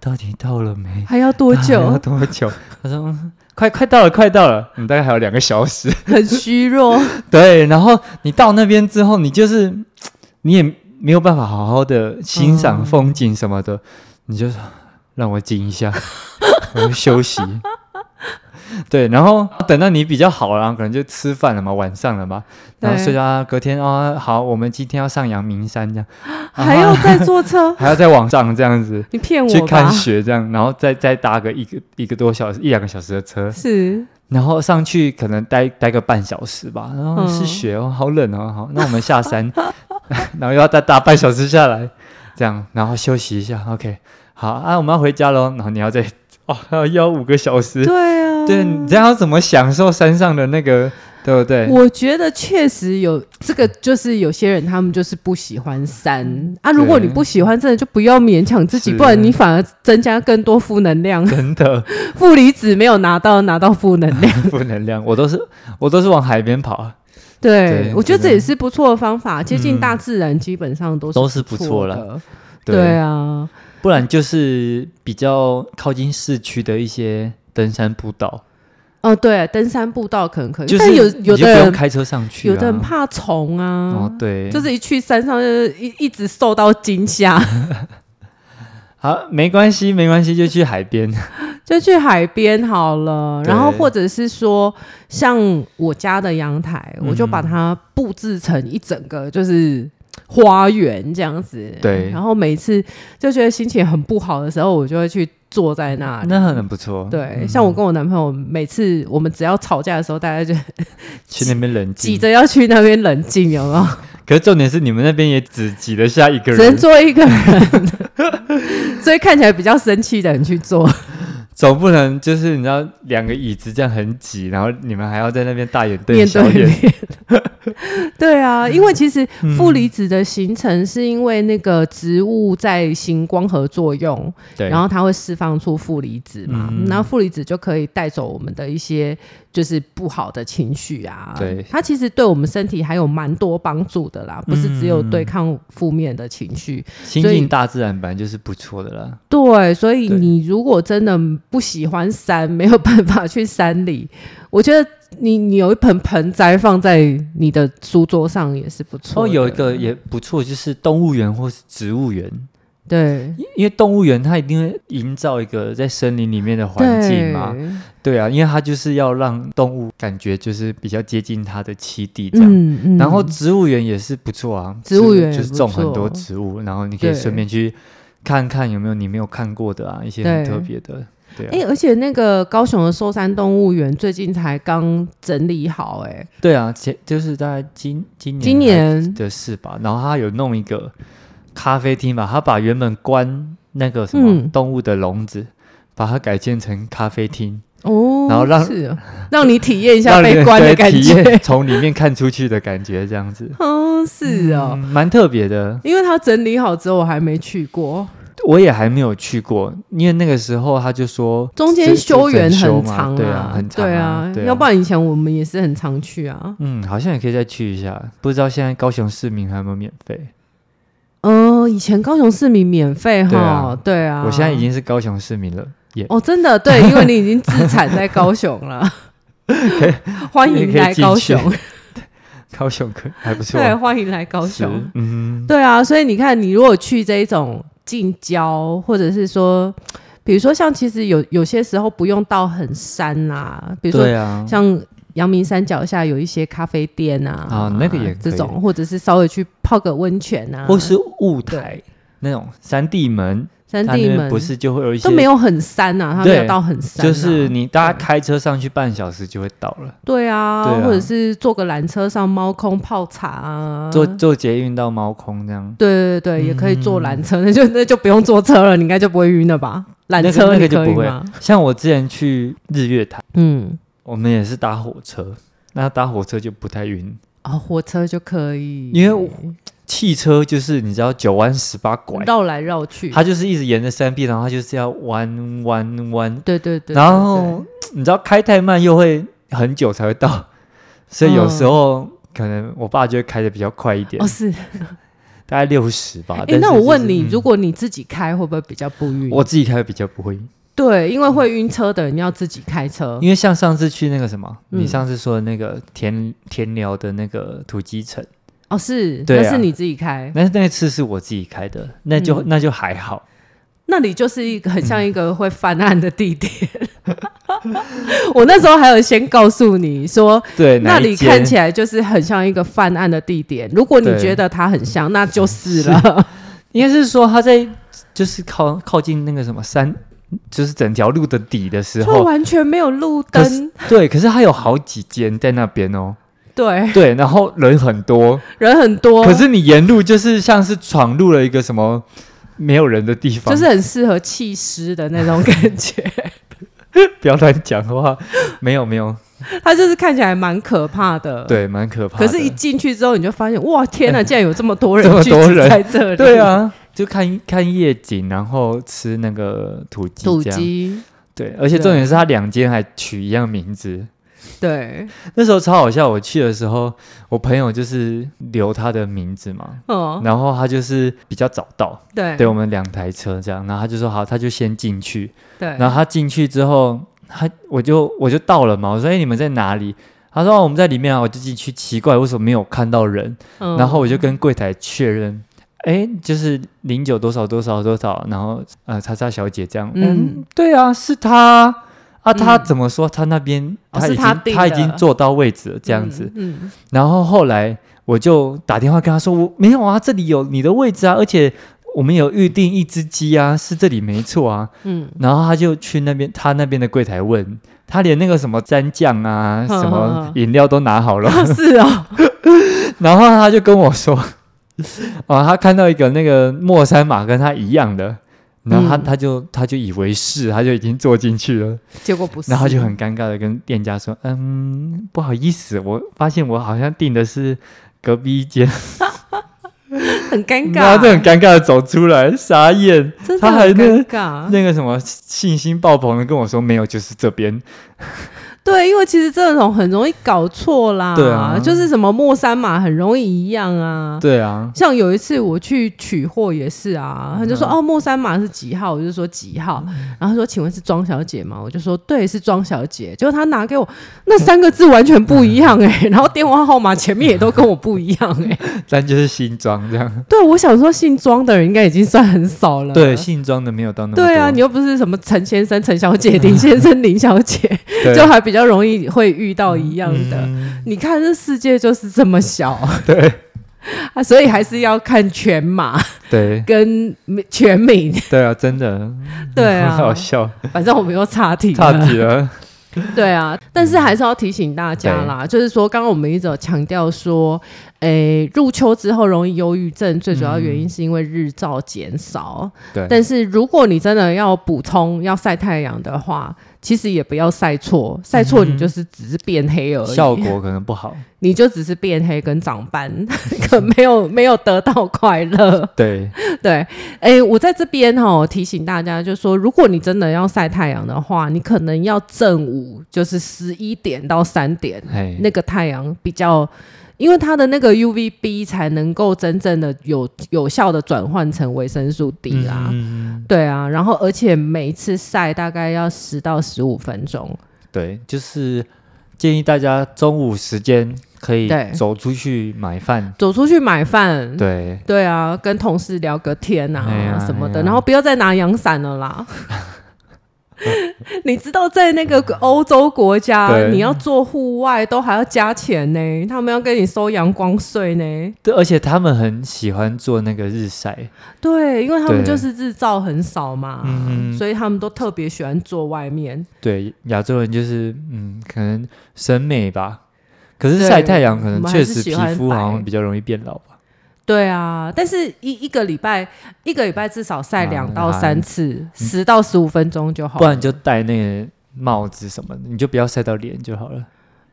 Speaker 1: 到底到了没？
Speaker 2: 还要多
Speaker 1: 还要
Speaker 2: 久？
Speaker 1: *laughs* 多久？他说、嗯快快到了，快到了，你大概还有两个小时。
Speaker 2: 很虚弱。
Speaker 1: *laughs* 对，然后你到那边之后，你就是嘖你也没有办法好好的欣赏风景什么的，你就说让我静一下， *laughs* 我要休息。对，然后等到你比较好了，然后可能就吃饭了嘛，晚上了嘛，然后
Speaker 2: 对
Speaker 1: 睡觉啊。隔天啊、哦，好，我们今天要上阳明山，这样
Speaker 2: 还要再
Speaker 1: *laughs*
Speaker 2: 坐车？
Speaker 1: 还要再往上这样子。 *laughs*
Speaker 2: 你骗
Speaker 1: 啊去
Speaker 2: 我吧
Speaker 1: 看？雪这样，然后再再搭个一个一个多小时一两个小时的车，
Speaker 2: 是，
Speaker 1: 然后上去可能待待个半小时吧，然后
Speaker 2: 嗯 *laughs*
Speaker 1: 是雪哦，好冷哦，好，那我们下山 *laughs* 然后又要再打半小时下来，这样，然后休息一下，OK，好啊，我们要回家喽，然后你要再哦，还要要五个小时，
Speaker 2: 对啊，
Speaker 1: 对你这样要怎么享受山上的那个，对不对？
Speaker 2: 我觉得确实有这个，就是有些人他们就是不喜欢山啊。如果你
Speaker 1: 对
Speaker 2: 不喜欢，真的就不要勉强自己，
Speaker 1: 是
Speaker 2: 不然你反而增加更多负能
Speaker 1: *laughs*
Speaker 2: 量。
Speaker 1: 真的
Speaker 2: 负离子没有拿到，拿到负
Speaker 1: *laughs*
Speaker 2: 能量。
Speaker 1: 负能量，我都是我都是往海边跑，啊
Speaker 2: 对
Speaker 1: 对，
Speaker 2: 我觉得
Speaker 1: 真
Speaker 2: 这
Speaker 1: 的
Speaker 2: 也是不错的方法，接近
Speaker 1: 嗯
Speaker 2: 大自然基本上都是
Speaker 1: 都是不错啦
Speaker 2: 了。对啊，
Speaker 1: 不然就是比较靠近市区的一些登山步道，
Speaker 2: 哦，对，登山步道可能可以，
Speaker 1: 就是
Speaker 2: 但有
Speaker 1: 你
Speaker 2: 有
Speaker 1: 就
Speaker 2: 的
Speaker 1: 不用
Speaker 2: 人
Speaker 1: 开车上去、啊，
Speaker 2: 有的人怕虫啊
Speaker 1: 哦，，对，
Speaker 2: 就是一去山上就是一一直受到惊吓，
Speaker 1: 好，没关系，没关系，就去海边，
Speaker 2: 就去海边好了。
Speaker 1: 对
Speaker 2: 然后或者是说，像我家的阳台，
Speaker 1: 嗯
Speaker 2: 我就把它布置成一整个就是。花园这样子，
Speaker 1: 对
Speaker 2: 然后每次就觉得心情很不好的时候，我就会去坐在那里。
Speaker 1: 那很不错。
Speaker 2: 对，像我跟我男朋友，每次我们只要吵架的时候，大家
Speaker 1: 嗯
Speaker 2: 就
Speaker 1: 去那边冷
Speaker 2: 挤
Speaker 1: 静。
Speaker 2: 着要去那边冷静，有没有？
Speaker 1: 可是重点是你们那边也只挤得下一个
Speaker 2: 只能
Speaker 1: 人，
Speaker 2: 做一个人， *laughs* 所以看起来比较生气的人去做。
Speaker 1: 总不能就是你知道两个椅子这样很挤，然后你们还要在那边大眼瞪
Speaker 2: 面
Speaker 1: 小
Speaker 2: 对
Speaker 1: 眼。 *laughs* 嗯
Speaker 2: 面。对啊，因为其实负离子的形成是因为那个植物在行光合作用，
Speaker 1: 对，
Speaker 2: 然后它会释放出负离子嘛，
Speaker 1: 嗯
Speaker 2: 然后负离子就可以带走我们的一些就是不好的情绪啊。
Speaker 1: 对
Speaker 2: 它其实对我们身体还有蛮多帮助的啦，不是只
Speaker 1: 嗯
Speaker 2: 有对抗负面的情绪。
Speaker 1: 亲
Speaker 2: 所以
Speaker 1: 近大自然本来就是不错的啦。
Speaker 2: 对，所以
Speaker 1: 对
Speaker 2: 你如果真的不喜欢山， *laughs* 没有办法去山里，我觉得你你有一盆盆栽放在你的书桌上也是不错
Speaker 1: 哦，
Speaker 2: 的。
Speaker 1: 有一个也不错，就是动物园或是植物园，
Speaker 2: 对
Speaker 1: 因因为动物园它一定会营造一个在森林里面的环境嘛。
Speaker 2: 对
Speaker 1: 对啊，因为它就是要让动物感觉就是比较接近它的栖地这样。
Speaker 2: 嗯嗯，
Speaker 1: 然后植物园也是不错啊，
Speaker 2: 植物园也
Speaker 1: 就是
Speaker 2: 不
Speaker 1: 种很多
Speaker 2: 错
Speaker 1: 植物，然后你可以
Speaker 2: 对
Speaker 1: 顺便去看看有没有你没有看过的啊，一些很
Speaker 2: 对
Speaker 1: 特别的，对啊，
Speaker 2: 哎、而且那个高雄的寿山动物园最近才刚整理好、哎，
Speaker 1: 对啊，前就是大概今今年
Speaker 2: 今年
Speaker 1: 的事吧。然后他有弄一个咖啡厅吧，他把原本关那个什么
Speaker 2: 嗯
Speaker 1: 动物的笼子，把它改建成咖啡厅，
Speaker 2: 哦，
Speaker 1: 然后让
Speaker 2: 是哦让你体验一下
Speaker 1: 让
Speaker 2: 被
Speaker 1: 人
Speaker 2: 关的
Speaker 1: 对
Speaker 2: 感
Speaker 1: 体
Speaker 2: 觉
Speaker 1: 验，从里面看出去的感觉，这样子，
Speaker 2: *laughs* 哦，是哦。
Speaker 1: 嗯蛮特别的。
Speaker 2: 因为它整理好之后，我还没去过，
Speaker 1: 我也还没有去过，因为那个时候他就说
Speaker 2: 中
Speaker 1: 这
Speaker 2: 间
Speaker 1: 这
Speaker 2: 修
Speaker 1: 整
Speaker 2: 园
Speaker 1: 修
Speaker 2: 很
Speaker 1: 嘛
Speaker 2: 长
Speaker 1: 对啊，很长
Speaker 2: 对
Speaker 1: 啊，对啊
Speaker 2: 要不然以前我们也是很常去啊。
Speaker 1: 嗯，好像也可以再去一下，不知道现在高雄市民还有没有免费？
Speaker 2: 嗯、以前高雄市民免费
Speaker 1: 对
Speaker 2: 哈
Speaker 1: 啊，
Speaker 2: 对啊，
Speaker 1: 我现在已经是高雄市民了，也、 *laughs*
Speaker 2: 哦，真的对，因为你已经资产在高雄了，欢迎来高雄，
Speaker 1: 高雄可还不错，
Speaker 2: 对，欢迎来高
Speaker 1: 是
Speaker 2: 雄，，
Speaker 1: 嗯，
Speaker 2: 对啊，所以你看，你如果去这一种近郊，或者是说，比如说像其实有有些时候不用到很山啦、比如说
Speaker 1: 对啊，
Speaker 2: 像阳明山脚下有一些咖啡店啊，
Speaker 1: 啊那个也可以
Speaker 2: 这种，或者是稍微去泡个温泉啊，
Speaker 1: 或是雾台
Speaker 2: 对
Speaker 1: 那种山地门，
Speaker 2: 山
Speaker 1: 它
Speaker 2: 地
Speaker 1: 那边
Speaker 2: 门
Speaker 1: 不是就会有一些
Speaker 2: 都没。有很山啊，它
Speaker 1: 对
Speaker 2: 没有到很山、啊，
Speaker 1: 就是你大家开车上去半小时就会到了，
Speaker 2: 对啊，
Speaker 1: 对啊
Speaker 2: 或者是坐个缆车上猫空泡茶啊，
Speaker 1: 坐嗯坐捷运到猫空这样，
Speaker 2: 对对对，也可以坐缆车，那就那就不用坐车了，你应该就不会晕了吧？缆
Speaker 1: 那
Speaker 2: 车
Speaker 1: 个那
Speaker 2: 你
Speaker 1: 个就
Speaker 2: 可以
Speaker 1: 不会
Speaker 2: 吗？。
Speaker 1: 像我之前去日月潭，
Speaker 2: 嗯，
Speaker 1: 我们也是搭火车，那搭火车就不太晕，
Speaker 2: 哦，火车就可以，
Speaker 1: 因为我汽车就是你知道九弯十八拐，
Speaker 2: 绕来绕去，
Speaker 1: 它就是一直沿着山壁，然后它就是要弯弯弯，
Speaker 2: 对对对，
Speaker 1: 然
Speaker 2: 对
Speaker 1: 后你知道开太慢又会很久才会到，所以有时候可能我爸就会开的比较快一
Speaker 2: 对
Speaker 1: 点，
Speaker 2: 哦是，
Speaker 1: 大概六十吧。
Speaker 2: 哎、
Speaker 1: 啊但是
Speaker 2: 那
Speaker 1: 就
Speaker 2: 我
Speaker 1: 是
Speaker 2: 问你，如、
Speaker 1: 嗯
Speaker 2: 果你自己开，会不会比较不晕？
Speaker 1: 我自己开比较不会，
Speaker 2: 对，因为会晕车的人要自己开车。
Speaker 1: 因为像上次去那个什么，你
Speaker 2: 嗯
Speaker 1: 上次说的那个田田寮的那个土鸡城，
Speaker 2: 哦，是，
Speaker 1: 对啊
Speaker 2: 那是你自己开，
Speaker 1: 那那次是我自己开的，那就、
Speaker 2: 嗯
Speaker 1: 那就还好。
Speaker 2: 那里就是一个很像一个会犯案的
Speaker 1: *laughs*
Speaker 2: 地点。我那时候还有先告诉你说，
Speaker 1: 对，
Speaker 2: 那里看起
Speaker 1: 来
Speaker 2: 来就是很像一个犯案的地点。如果你
Speaker 1: 对
Speaker 2: 觉得它很像，那就是了。
Speaker 1: 应该是说他在就是靠靠近那个什么山，就是整条路的底的时
Speaker 2: 就
Speaker 1: 候，
Speaker 2: 完全没有路
Speaker 1: 哦可是
Speaker 2: 灯，
Speaker 1: 对，可是它有好几间在那边哦。
Speaker 2: 对，
Speaker 1: 对，然后人很多，
Speaker 2: 人很多，
Speaker 1: 可是你沿路就是像是闯入了一个什么没有人的地方，
Speaker 2: 就是很适合弃尸的那种感
Speaker 1: *laughs*
Speaker 2: 觉。
Speaker 1: 不要乱讲话，没有没有，
Speaker 2: 它就是看起来蛮可怕的。。
Speaker 1: 对，蛮可怕的。
Speaker 2: 可是，一进去之后，你就发现，哇，天
Speaker 1: *laughs*
Speaker 2: 哪！竟然有这么多
Speaker 1: 这
Speaker 2: 人
Speaker 1: 么
Speaker 2: 聚
Speaker 1: 多
Speaker 2: 集
Speaker 1: 人
Speaker 2: 在这里。
Speaker 1: 对，啊，就看看夜景，然后吃那个土鸡，
Speaker 2: 土
Speaker 1: 这样。
Speaker 2: 鸡，
Speaker 1: 对，而且
Speaker 2: 对
Speaker 1: 重点是它两间还取一样名字，
Speaker 2: 对，
Speaker 1: 那时候超好笑。我去的时候，我朋友就是留他的名字嘛，
Speaker 2: 嗯，
Speaker 1: 然后他就是比较早到，
Speaker 2: 对，
Speaker 1: 对我们两台车这样，然后他就说好，他就先进去，
Speaker 2: 对，
Speaker 1: 然后他进去之后，他我就我就到了嘛，我说哎、你们在哪里？他说、哦我们在里面啊，我就进去，奇怪为什么没有看到人？
Speaker 2: 嗯
Speaker 1: 然后我就跟柜台确认，哎，就是零九多少多少多少，然后呃，叉叉小姐这样，
Speaker 2: 嗯
Speaker 1: 嗯，对啊，是她啊，她
Speaker 2: 嗯
Speaker 1: 怎么说？她那边
Speaker 2: 哦
Speaker 1: 她
Speaker 2: 是
Speaker 1: 已经
Speaker 2: 她定
Speaker 1: 她已
Speaker 2: 的
Speaker 1: 经坐到位置了，这样子。
Speaker 2: 嗯，嗯
Speaker 1: 然后后来我就打电话跟她说，我没有啊，这里有你的位置啊，而且我们有预定一只鸡啊，是这里没错
Speaker 2: *laughs*
Speaker 1: 啊。
Speaker 2: 嗯，
Speaker 1: 然后他就去那边，他那边的柜台问，他连那个什么蘸酱啊、
Speaker 2: 哼
Speaker 1: 什
Speaker 2: 哼
Speaker 1: 么
Speaker 2: 哼
Speaker 1: 饮料都拿好了，
Speaker 2: *laughs* 是哦，
Speaker 1: 然后他就跟我说， *laughs* 哦，他看到一个那个莫山马跟他一样的，然后他、
Speaker 2: 嗯
Speaker 1: 他就他就以为是，他就已经坐进去了，
Speaker 2: 结果不是，
Speaker 1: 然后他就很尴尬的跟店家说，嗯，不好意思，我发现我好像订的是隔壁一间，
Speaker 2: 很尴
Speaker 1: 然后他
Speaker 2: 尬，
Speaker 1: 就很尴尬的走出来，傻眼，
Speaker 2: 真的
Speaker 1: 嗯啊他还
Speaker 2: 很
Speaker 1: 那
Speaker 2: 尴尬。
Speaker 1: 那个什么信心爆棚的跟我说，没有，就是这边。
Speaker 2: 对，因为其实这种很容易搞错啦，
Speaker 1: 对啊
Speaker 2: 就是什么莫山马很容易一样啊。
Speaker 1: 对啊，
Speaker 2: 像有一次我去取货也是啊，他就
Speaker 1: 嗯
Speaker 2: 说、哦莫山马是几号，我就说几号，然后他说请问是庄小姐吗？我就说对，是庄小姐。结果他拿给我那三个字完全不一样哎、然后电话号码前面也都跟我不一样哎、
Speaker 1: 但就是新装这样。
Speaker 2: 对，我想说姓庄的人应该已经算很少
Speaker 1: 嗯
Speaker 2: 了，
Speaker 1: 对，姓庄的没有到那么多。
Speaker 2: 对啊，你又不是什么陈先生、陈小姐、林先生、林小姐，
Speaker 1: *laughs* 对
Speaker 2: 就还比较容易会遇到一样的。
Speaker 1: 嗯
Speaker 2: 你看这世界就是这么小，对、啊，所以还是要看全马
Speaker 1: 对
Speaker 2: 跟全民。
Speaker 1: 对啊，真的，
Speaker 2: 对
Speaker 1: 很 *laughs* 好
Speaker 2: 啊，
Speaker 1: 笑，
Speaker 2: 反正我们又岔题
Speaker 1: 差嗯
Speaker 2: 了。
Speaker 1: 题
Speaker 2: *laughs*
Speaker 1: 了。
Speaker 2: 对啊，但是还是要提醒大家啦，就是说，刚刚我们一直有强调说，诶，入秋之后容易忧郁症，最主要原因是因为日照减少。
Speaker 1: 嗯对，
Speaker 2: 但是如果你真的要补充要晒太阳的话，其实也不要晒错，晒错你就是只是变黑而已，
Speaker 1: 嗯效果可能不
Speaker 2: *laughs*
Speaker 1: 好。
Speaker 2: 你就只是变黑跟长斑， *laughs* 可没有没有得到快乐。
Speaker 1: 对，
Speaker 2: 对，哎、我在这边哦提醒大家，就是说，如果你真的要晒太阳的话，你可能要正午，就是十一点到三点，
Speaker 1: 哎，
Speaker 2: 那个太阳比较，因为它的那个 UVB 才能够真正的有有效的转换成维生素 D 啦。
Speaker 1: 嗯，
Speaker 2: 对啊，然后而且每一次晒大概要十到十五分钟。
Speaker 1: 对，就是建议大家中午时间可以
Speaker 2: 对嗯
Speaker 1: 走出去买饭。
Speaker 2: 走出去买饭，
Speaker 1: 对，
Speaker 2: 对啊，跟同事聊个天啊、
Speaker 1: 哎呀
Speaker 2: 什么的，
Speaker 1: 哎呀
Speaker 2: 然后不要再拿阳伞了啦。 *laughs* 你知道，在那个欧洲国家，
Speaker 1: 对
Speaker 2: 你要做户外都还要加钱呢，他们要跟你收阳光税呢。
Speaker 1: 对，而且他们很喜欢做那个日晒。
Speaker 2: 对，因为他们
Speaker 1: 对
Speaker 2: 就是日照很少嘛，
Speaker 1: 嗯
Speaker 2: 啊所以他们都特别喜欢坐外面。
Speaker 1: 对，亚洲人就是嗯，可能审美吧。可是
Speaker 2: 对
Speaker 1: 晒太阳可
Speaker 2: 我
Speaker 1: 能
Speaker 2: 们还
Speaker 1: 确
Speaker 2: 是
Speaker 1: 实
Speaker 2: 喜
Speaker 1: 皮
Speaker 2: 欢
Speaker 1: 肤好
Speaker 2: 白
Speaker 1: 像比较容易变老吧。
Speaker 2: 对啊，但是一一个礼拜，一个礼拜至少晒
Speaker 1: 啊
Speaker 2: 两到三次，十、到十五分钟就好。
Speaker 1: 嗯不然就戴那个帽子什么的，你就不要晒到脸就好了。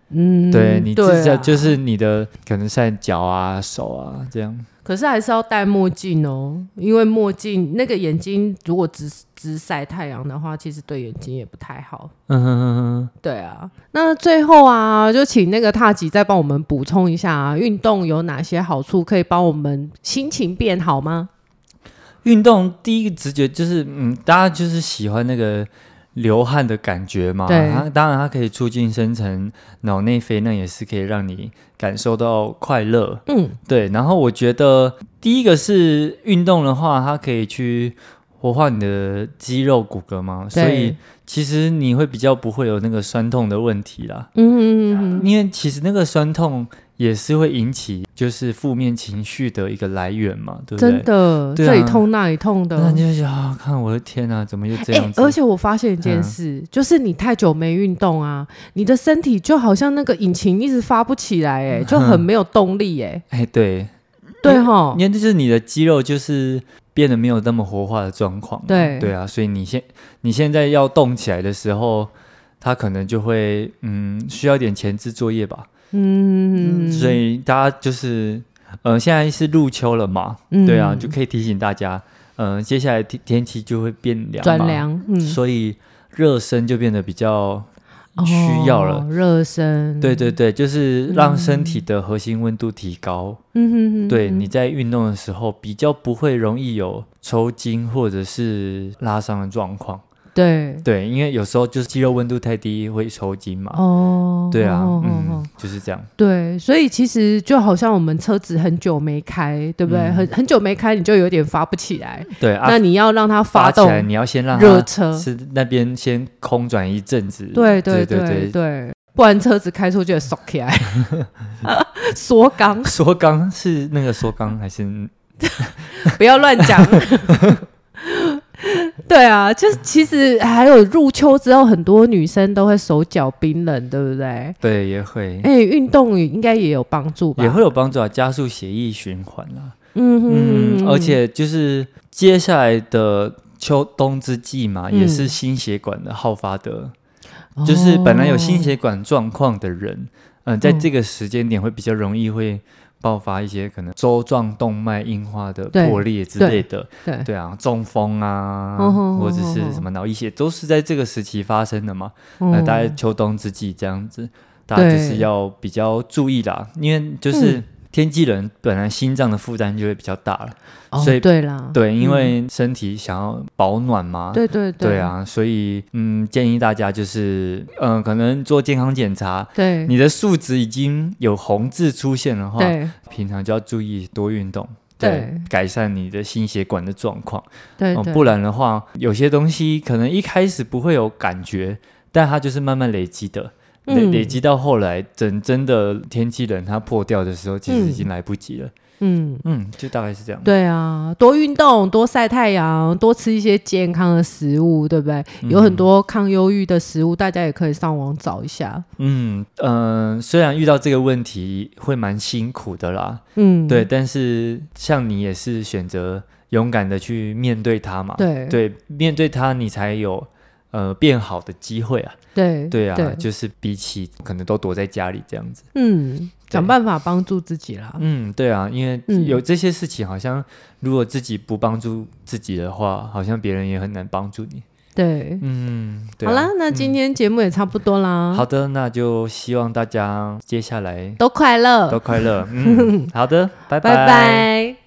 Speaker 2: 嗯，
Speaker 1: 对你
Speaker 2: 对
Speaker 1: 至
Speaker 2: 啊
Speaker 1: 少就是你的可能晒脚啊、手啊这样。
Speaker 2: 可是还是要戴墨镜哦，因为墨镜那个眼睛如果直直晒太阳的话，其实对眼睛也不太好。
Speaker 1: 嗯哼哼
Speaker 2: 对啊，那最后啊，就请那个踏吉再帮我们补充一下、啊，运动有哪些好处，可以帮我们心情变好吗？
Speaker 1: 哼，运动第一个直觉就是，嗯，大家就是喜欢那个流汗的感觉嘛。
Speaker 2: 对
Speaker 1: 它当然它可以促进生成脑内啡，那也是可以让你感受到快乐。
Speaker 2: 嗯，
Speaker 1: 对，然后我觉得第一个是运动的话，它可以去活化你的肌肉骨骼嘛，所以
Speaker 2: 对
Speaker 1: 其实你会比较不会有那个酸痛的问题啦。
Speaker 2: 嗯嗯嗯嗯，
Speaker 1: 因为其实那个酸痛也是会引起就是负面情绪的一个来源嘛，对不对？
Speaker 2: 真的，
Speaker 1: 对
Speaker 2: 这里
Speaker 1: 啊
Speaker 2: 痛那里痛的。
Speaker 1: 那你就觉得啊，看我的天哪、怎么又这
Speaker 2: 哎、
Speaker 1: 样子？
Speaker 2: 而且我发现一件
Speaker 1: 嗯
Speaker 2: 事，就是你太久没运动啊，你的身体就好像那个引擎一直发不起来、
Speaker 1: 嗯
Speaker 2: 哎，就很没有动力、哎、
Speaker 1: 哎，对，
Speaker 2: 对哈
Speaker 1: 你，看，这就是你的肌肉就是变得没有那么活化的状况嘛。
Speaker 2: 对
Speaker 1: 对啊，所以你现你现在要动起来的时候，它可能就会嗯需要一点前置作业吧。
Speaker 2: 嗯，
Speaker 1: 所以大家就是呃现在是入秋了嘛，
Speaker 2: 嗯
Speaker 1: 对啊，就可以提醒大家，呃接下来天天气就会变凉，
Speaker 2: 转，凉，嗯，
Speaker 1: 所以热身就变得比较需要了
Speaker 2: 哦热身，
Speaker 1: 对，对对，就是让身体的核心温度提高。
Speaker 2: 嗯哼哼，
Speaker 1: 对，你在运动的时候比较不会容易有抽筋或者是拉伤的状况。
Speaker 2: 对，
Speaker 1: 对，因为有时候就是肌肉温度太低会抽筋嘛。
Speaker 2: 哦，
Speaker 1: 对啊，
Speaker 2: 哦哦哦
Speaker 1: 嗯，就是这样。
Speaker 2: 对，所以其实就好像我们车子很久没开，对不对？
Speaker 1: 嗯
Speaker 2: 很很久没开，你就有点发不起来。
Speaker 1: 对啊
Speaker 2: 那，你要让它
Speaker 1: 发
Speaker 2: 发
Speaker 1: 起
Speaker 2: 动
Speaker 1: 来你要先让
Speaker 2: 热
Speaker 1: 它
Speaker 2: 车，
Speaker 1: 是那边先空转一阵子。
Speaker 2: 对
Speaker 1: 对
Speaker 2: 对
Speaker 1: 对，
Speaker 2: 对，不然车子开出去也缩起
Speaker 1: *laughs*
Speaker 2: 来，缩缸，
Speaker 1: 缩肛是那个缩肛还是
Speaker 2: *laughs* 不要乱讲。对啊，就是其实还有入秋之后，很多女生都会手脚冰冷，对不对？
Speaker 1: 对也会
Speaker 2: 哎、运动也应该也有帮助吧？
Speaker 1: 也会有帮助啊，加速血液循环啦。
Speaker 2: 嗯哼哼
Speaker 1: 嗯，而且就是接下来的秋冬之际嘛，
Speaker 2: 嗯哦
Speaker 1: 也是心血管的好发的，就是本来有心血管状况的人，嗯、在
Speaker 2: 嗯
Speaker 1: 这个时间点会比较容易会爆发一些可能周状动脉硬化的
Speaker 2: 对
Speaker 1: 破裂之类的，
Speaker 2: 对对
Speaker 1: 啊，中风啊，
Speaker 2: 嗯哼
Speaker 1: 或者
Speaker 2: 嗯哼
Speaker 1: 是什么脑溢血，都是在这个时期发生的嘛。
Speaker 2: 哦，
Speaker 1: 那、大概秋冬之际这样子，大家就
Speaker 2: 对
Speaker 1: 是要比较注意啦，因为就是
Speaker 2: 嗯
Speaker 1: 天气冷，本来心脏的负担就会比较大了。
Speaker 2: 哦
Speaker 1: 所以
Speaker 2: 对啦，
Speaker 1: 对，因
Speaker 2: 嗯
Speaker 1: 为身体想要保暖嘛。
Speaker 2: 对对
Speaker 1: 对，啊，所以嗯，建议大家就是嗯、呃可能做健康检查，
Speaker 2: 对
Speaker 1: 你的数值已经有红字出现的话，
Speaker 2: 对
Speaker 1: 平常就要注意多运动。
Speaker 2: 对
Speaker 1: 改善你的心血管的状况。
Speaker 2: 对
Speaker 1: 哦，
Speaker 2: 对，
Speaker 1: 不然的话，有些东西可能一开始不会有感觉，但它就是慢慢累积的，累、
Speaker 2: 嗯
Speaker 1: 累积到后来，整真的天气冷，它破掉的时候，其实已经来不及了。
Speaker 2: 嗯。
Speaker 1: 嗯就大概是这样。
Speaker 2: 对啊，多运动，多晒太阳，多吃一些健康的食物，对不对？
Speaker 1: 嗯
Speaker 2: 有很多抗忧郁的食物，大家也可以上网找一下。
Speaker 1: 嗯嗯、呃虽然遇到这个问题会蛮辛苦的啦，
Speaker 2: 嗯，
Speaker 1: 对，但是像你也是选择勇敢的去面啊对它嘛，
Speaker 2: 对
Speaker 1: 面对它你才有呃变好的机会啊，
Speaker 2: 对
Speaker 1: 对啊，
Speaker 2: 对，
Speaker 1: 就是比起可能都躲在家里这样子，
Speaker 2: 嗯，想办法帮助自己啦。
Speaker 1: 嗯，对啊，因为
Speaker 2: 嗯
Speaker 1: 有这些事情，好像如果自己不帮助自己的话，好像别人也很难帮助你，
Speaker 2: 对，
Speaker 1: 嗯，对啊、嗯
Speaker 2: 好啦，那今天节目也差不多啦。
Speaker 1: 好，的，那就希望大家接下来
Speaker 2: 都快乐， *laughs*
Speaker 1: 都快乐，嗯，好的，拜
Speaker 2: 拜拜。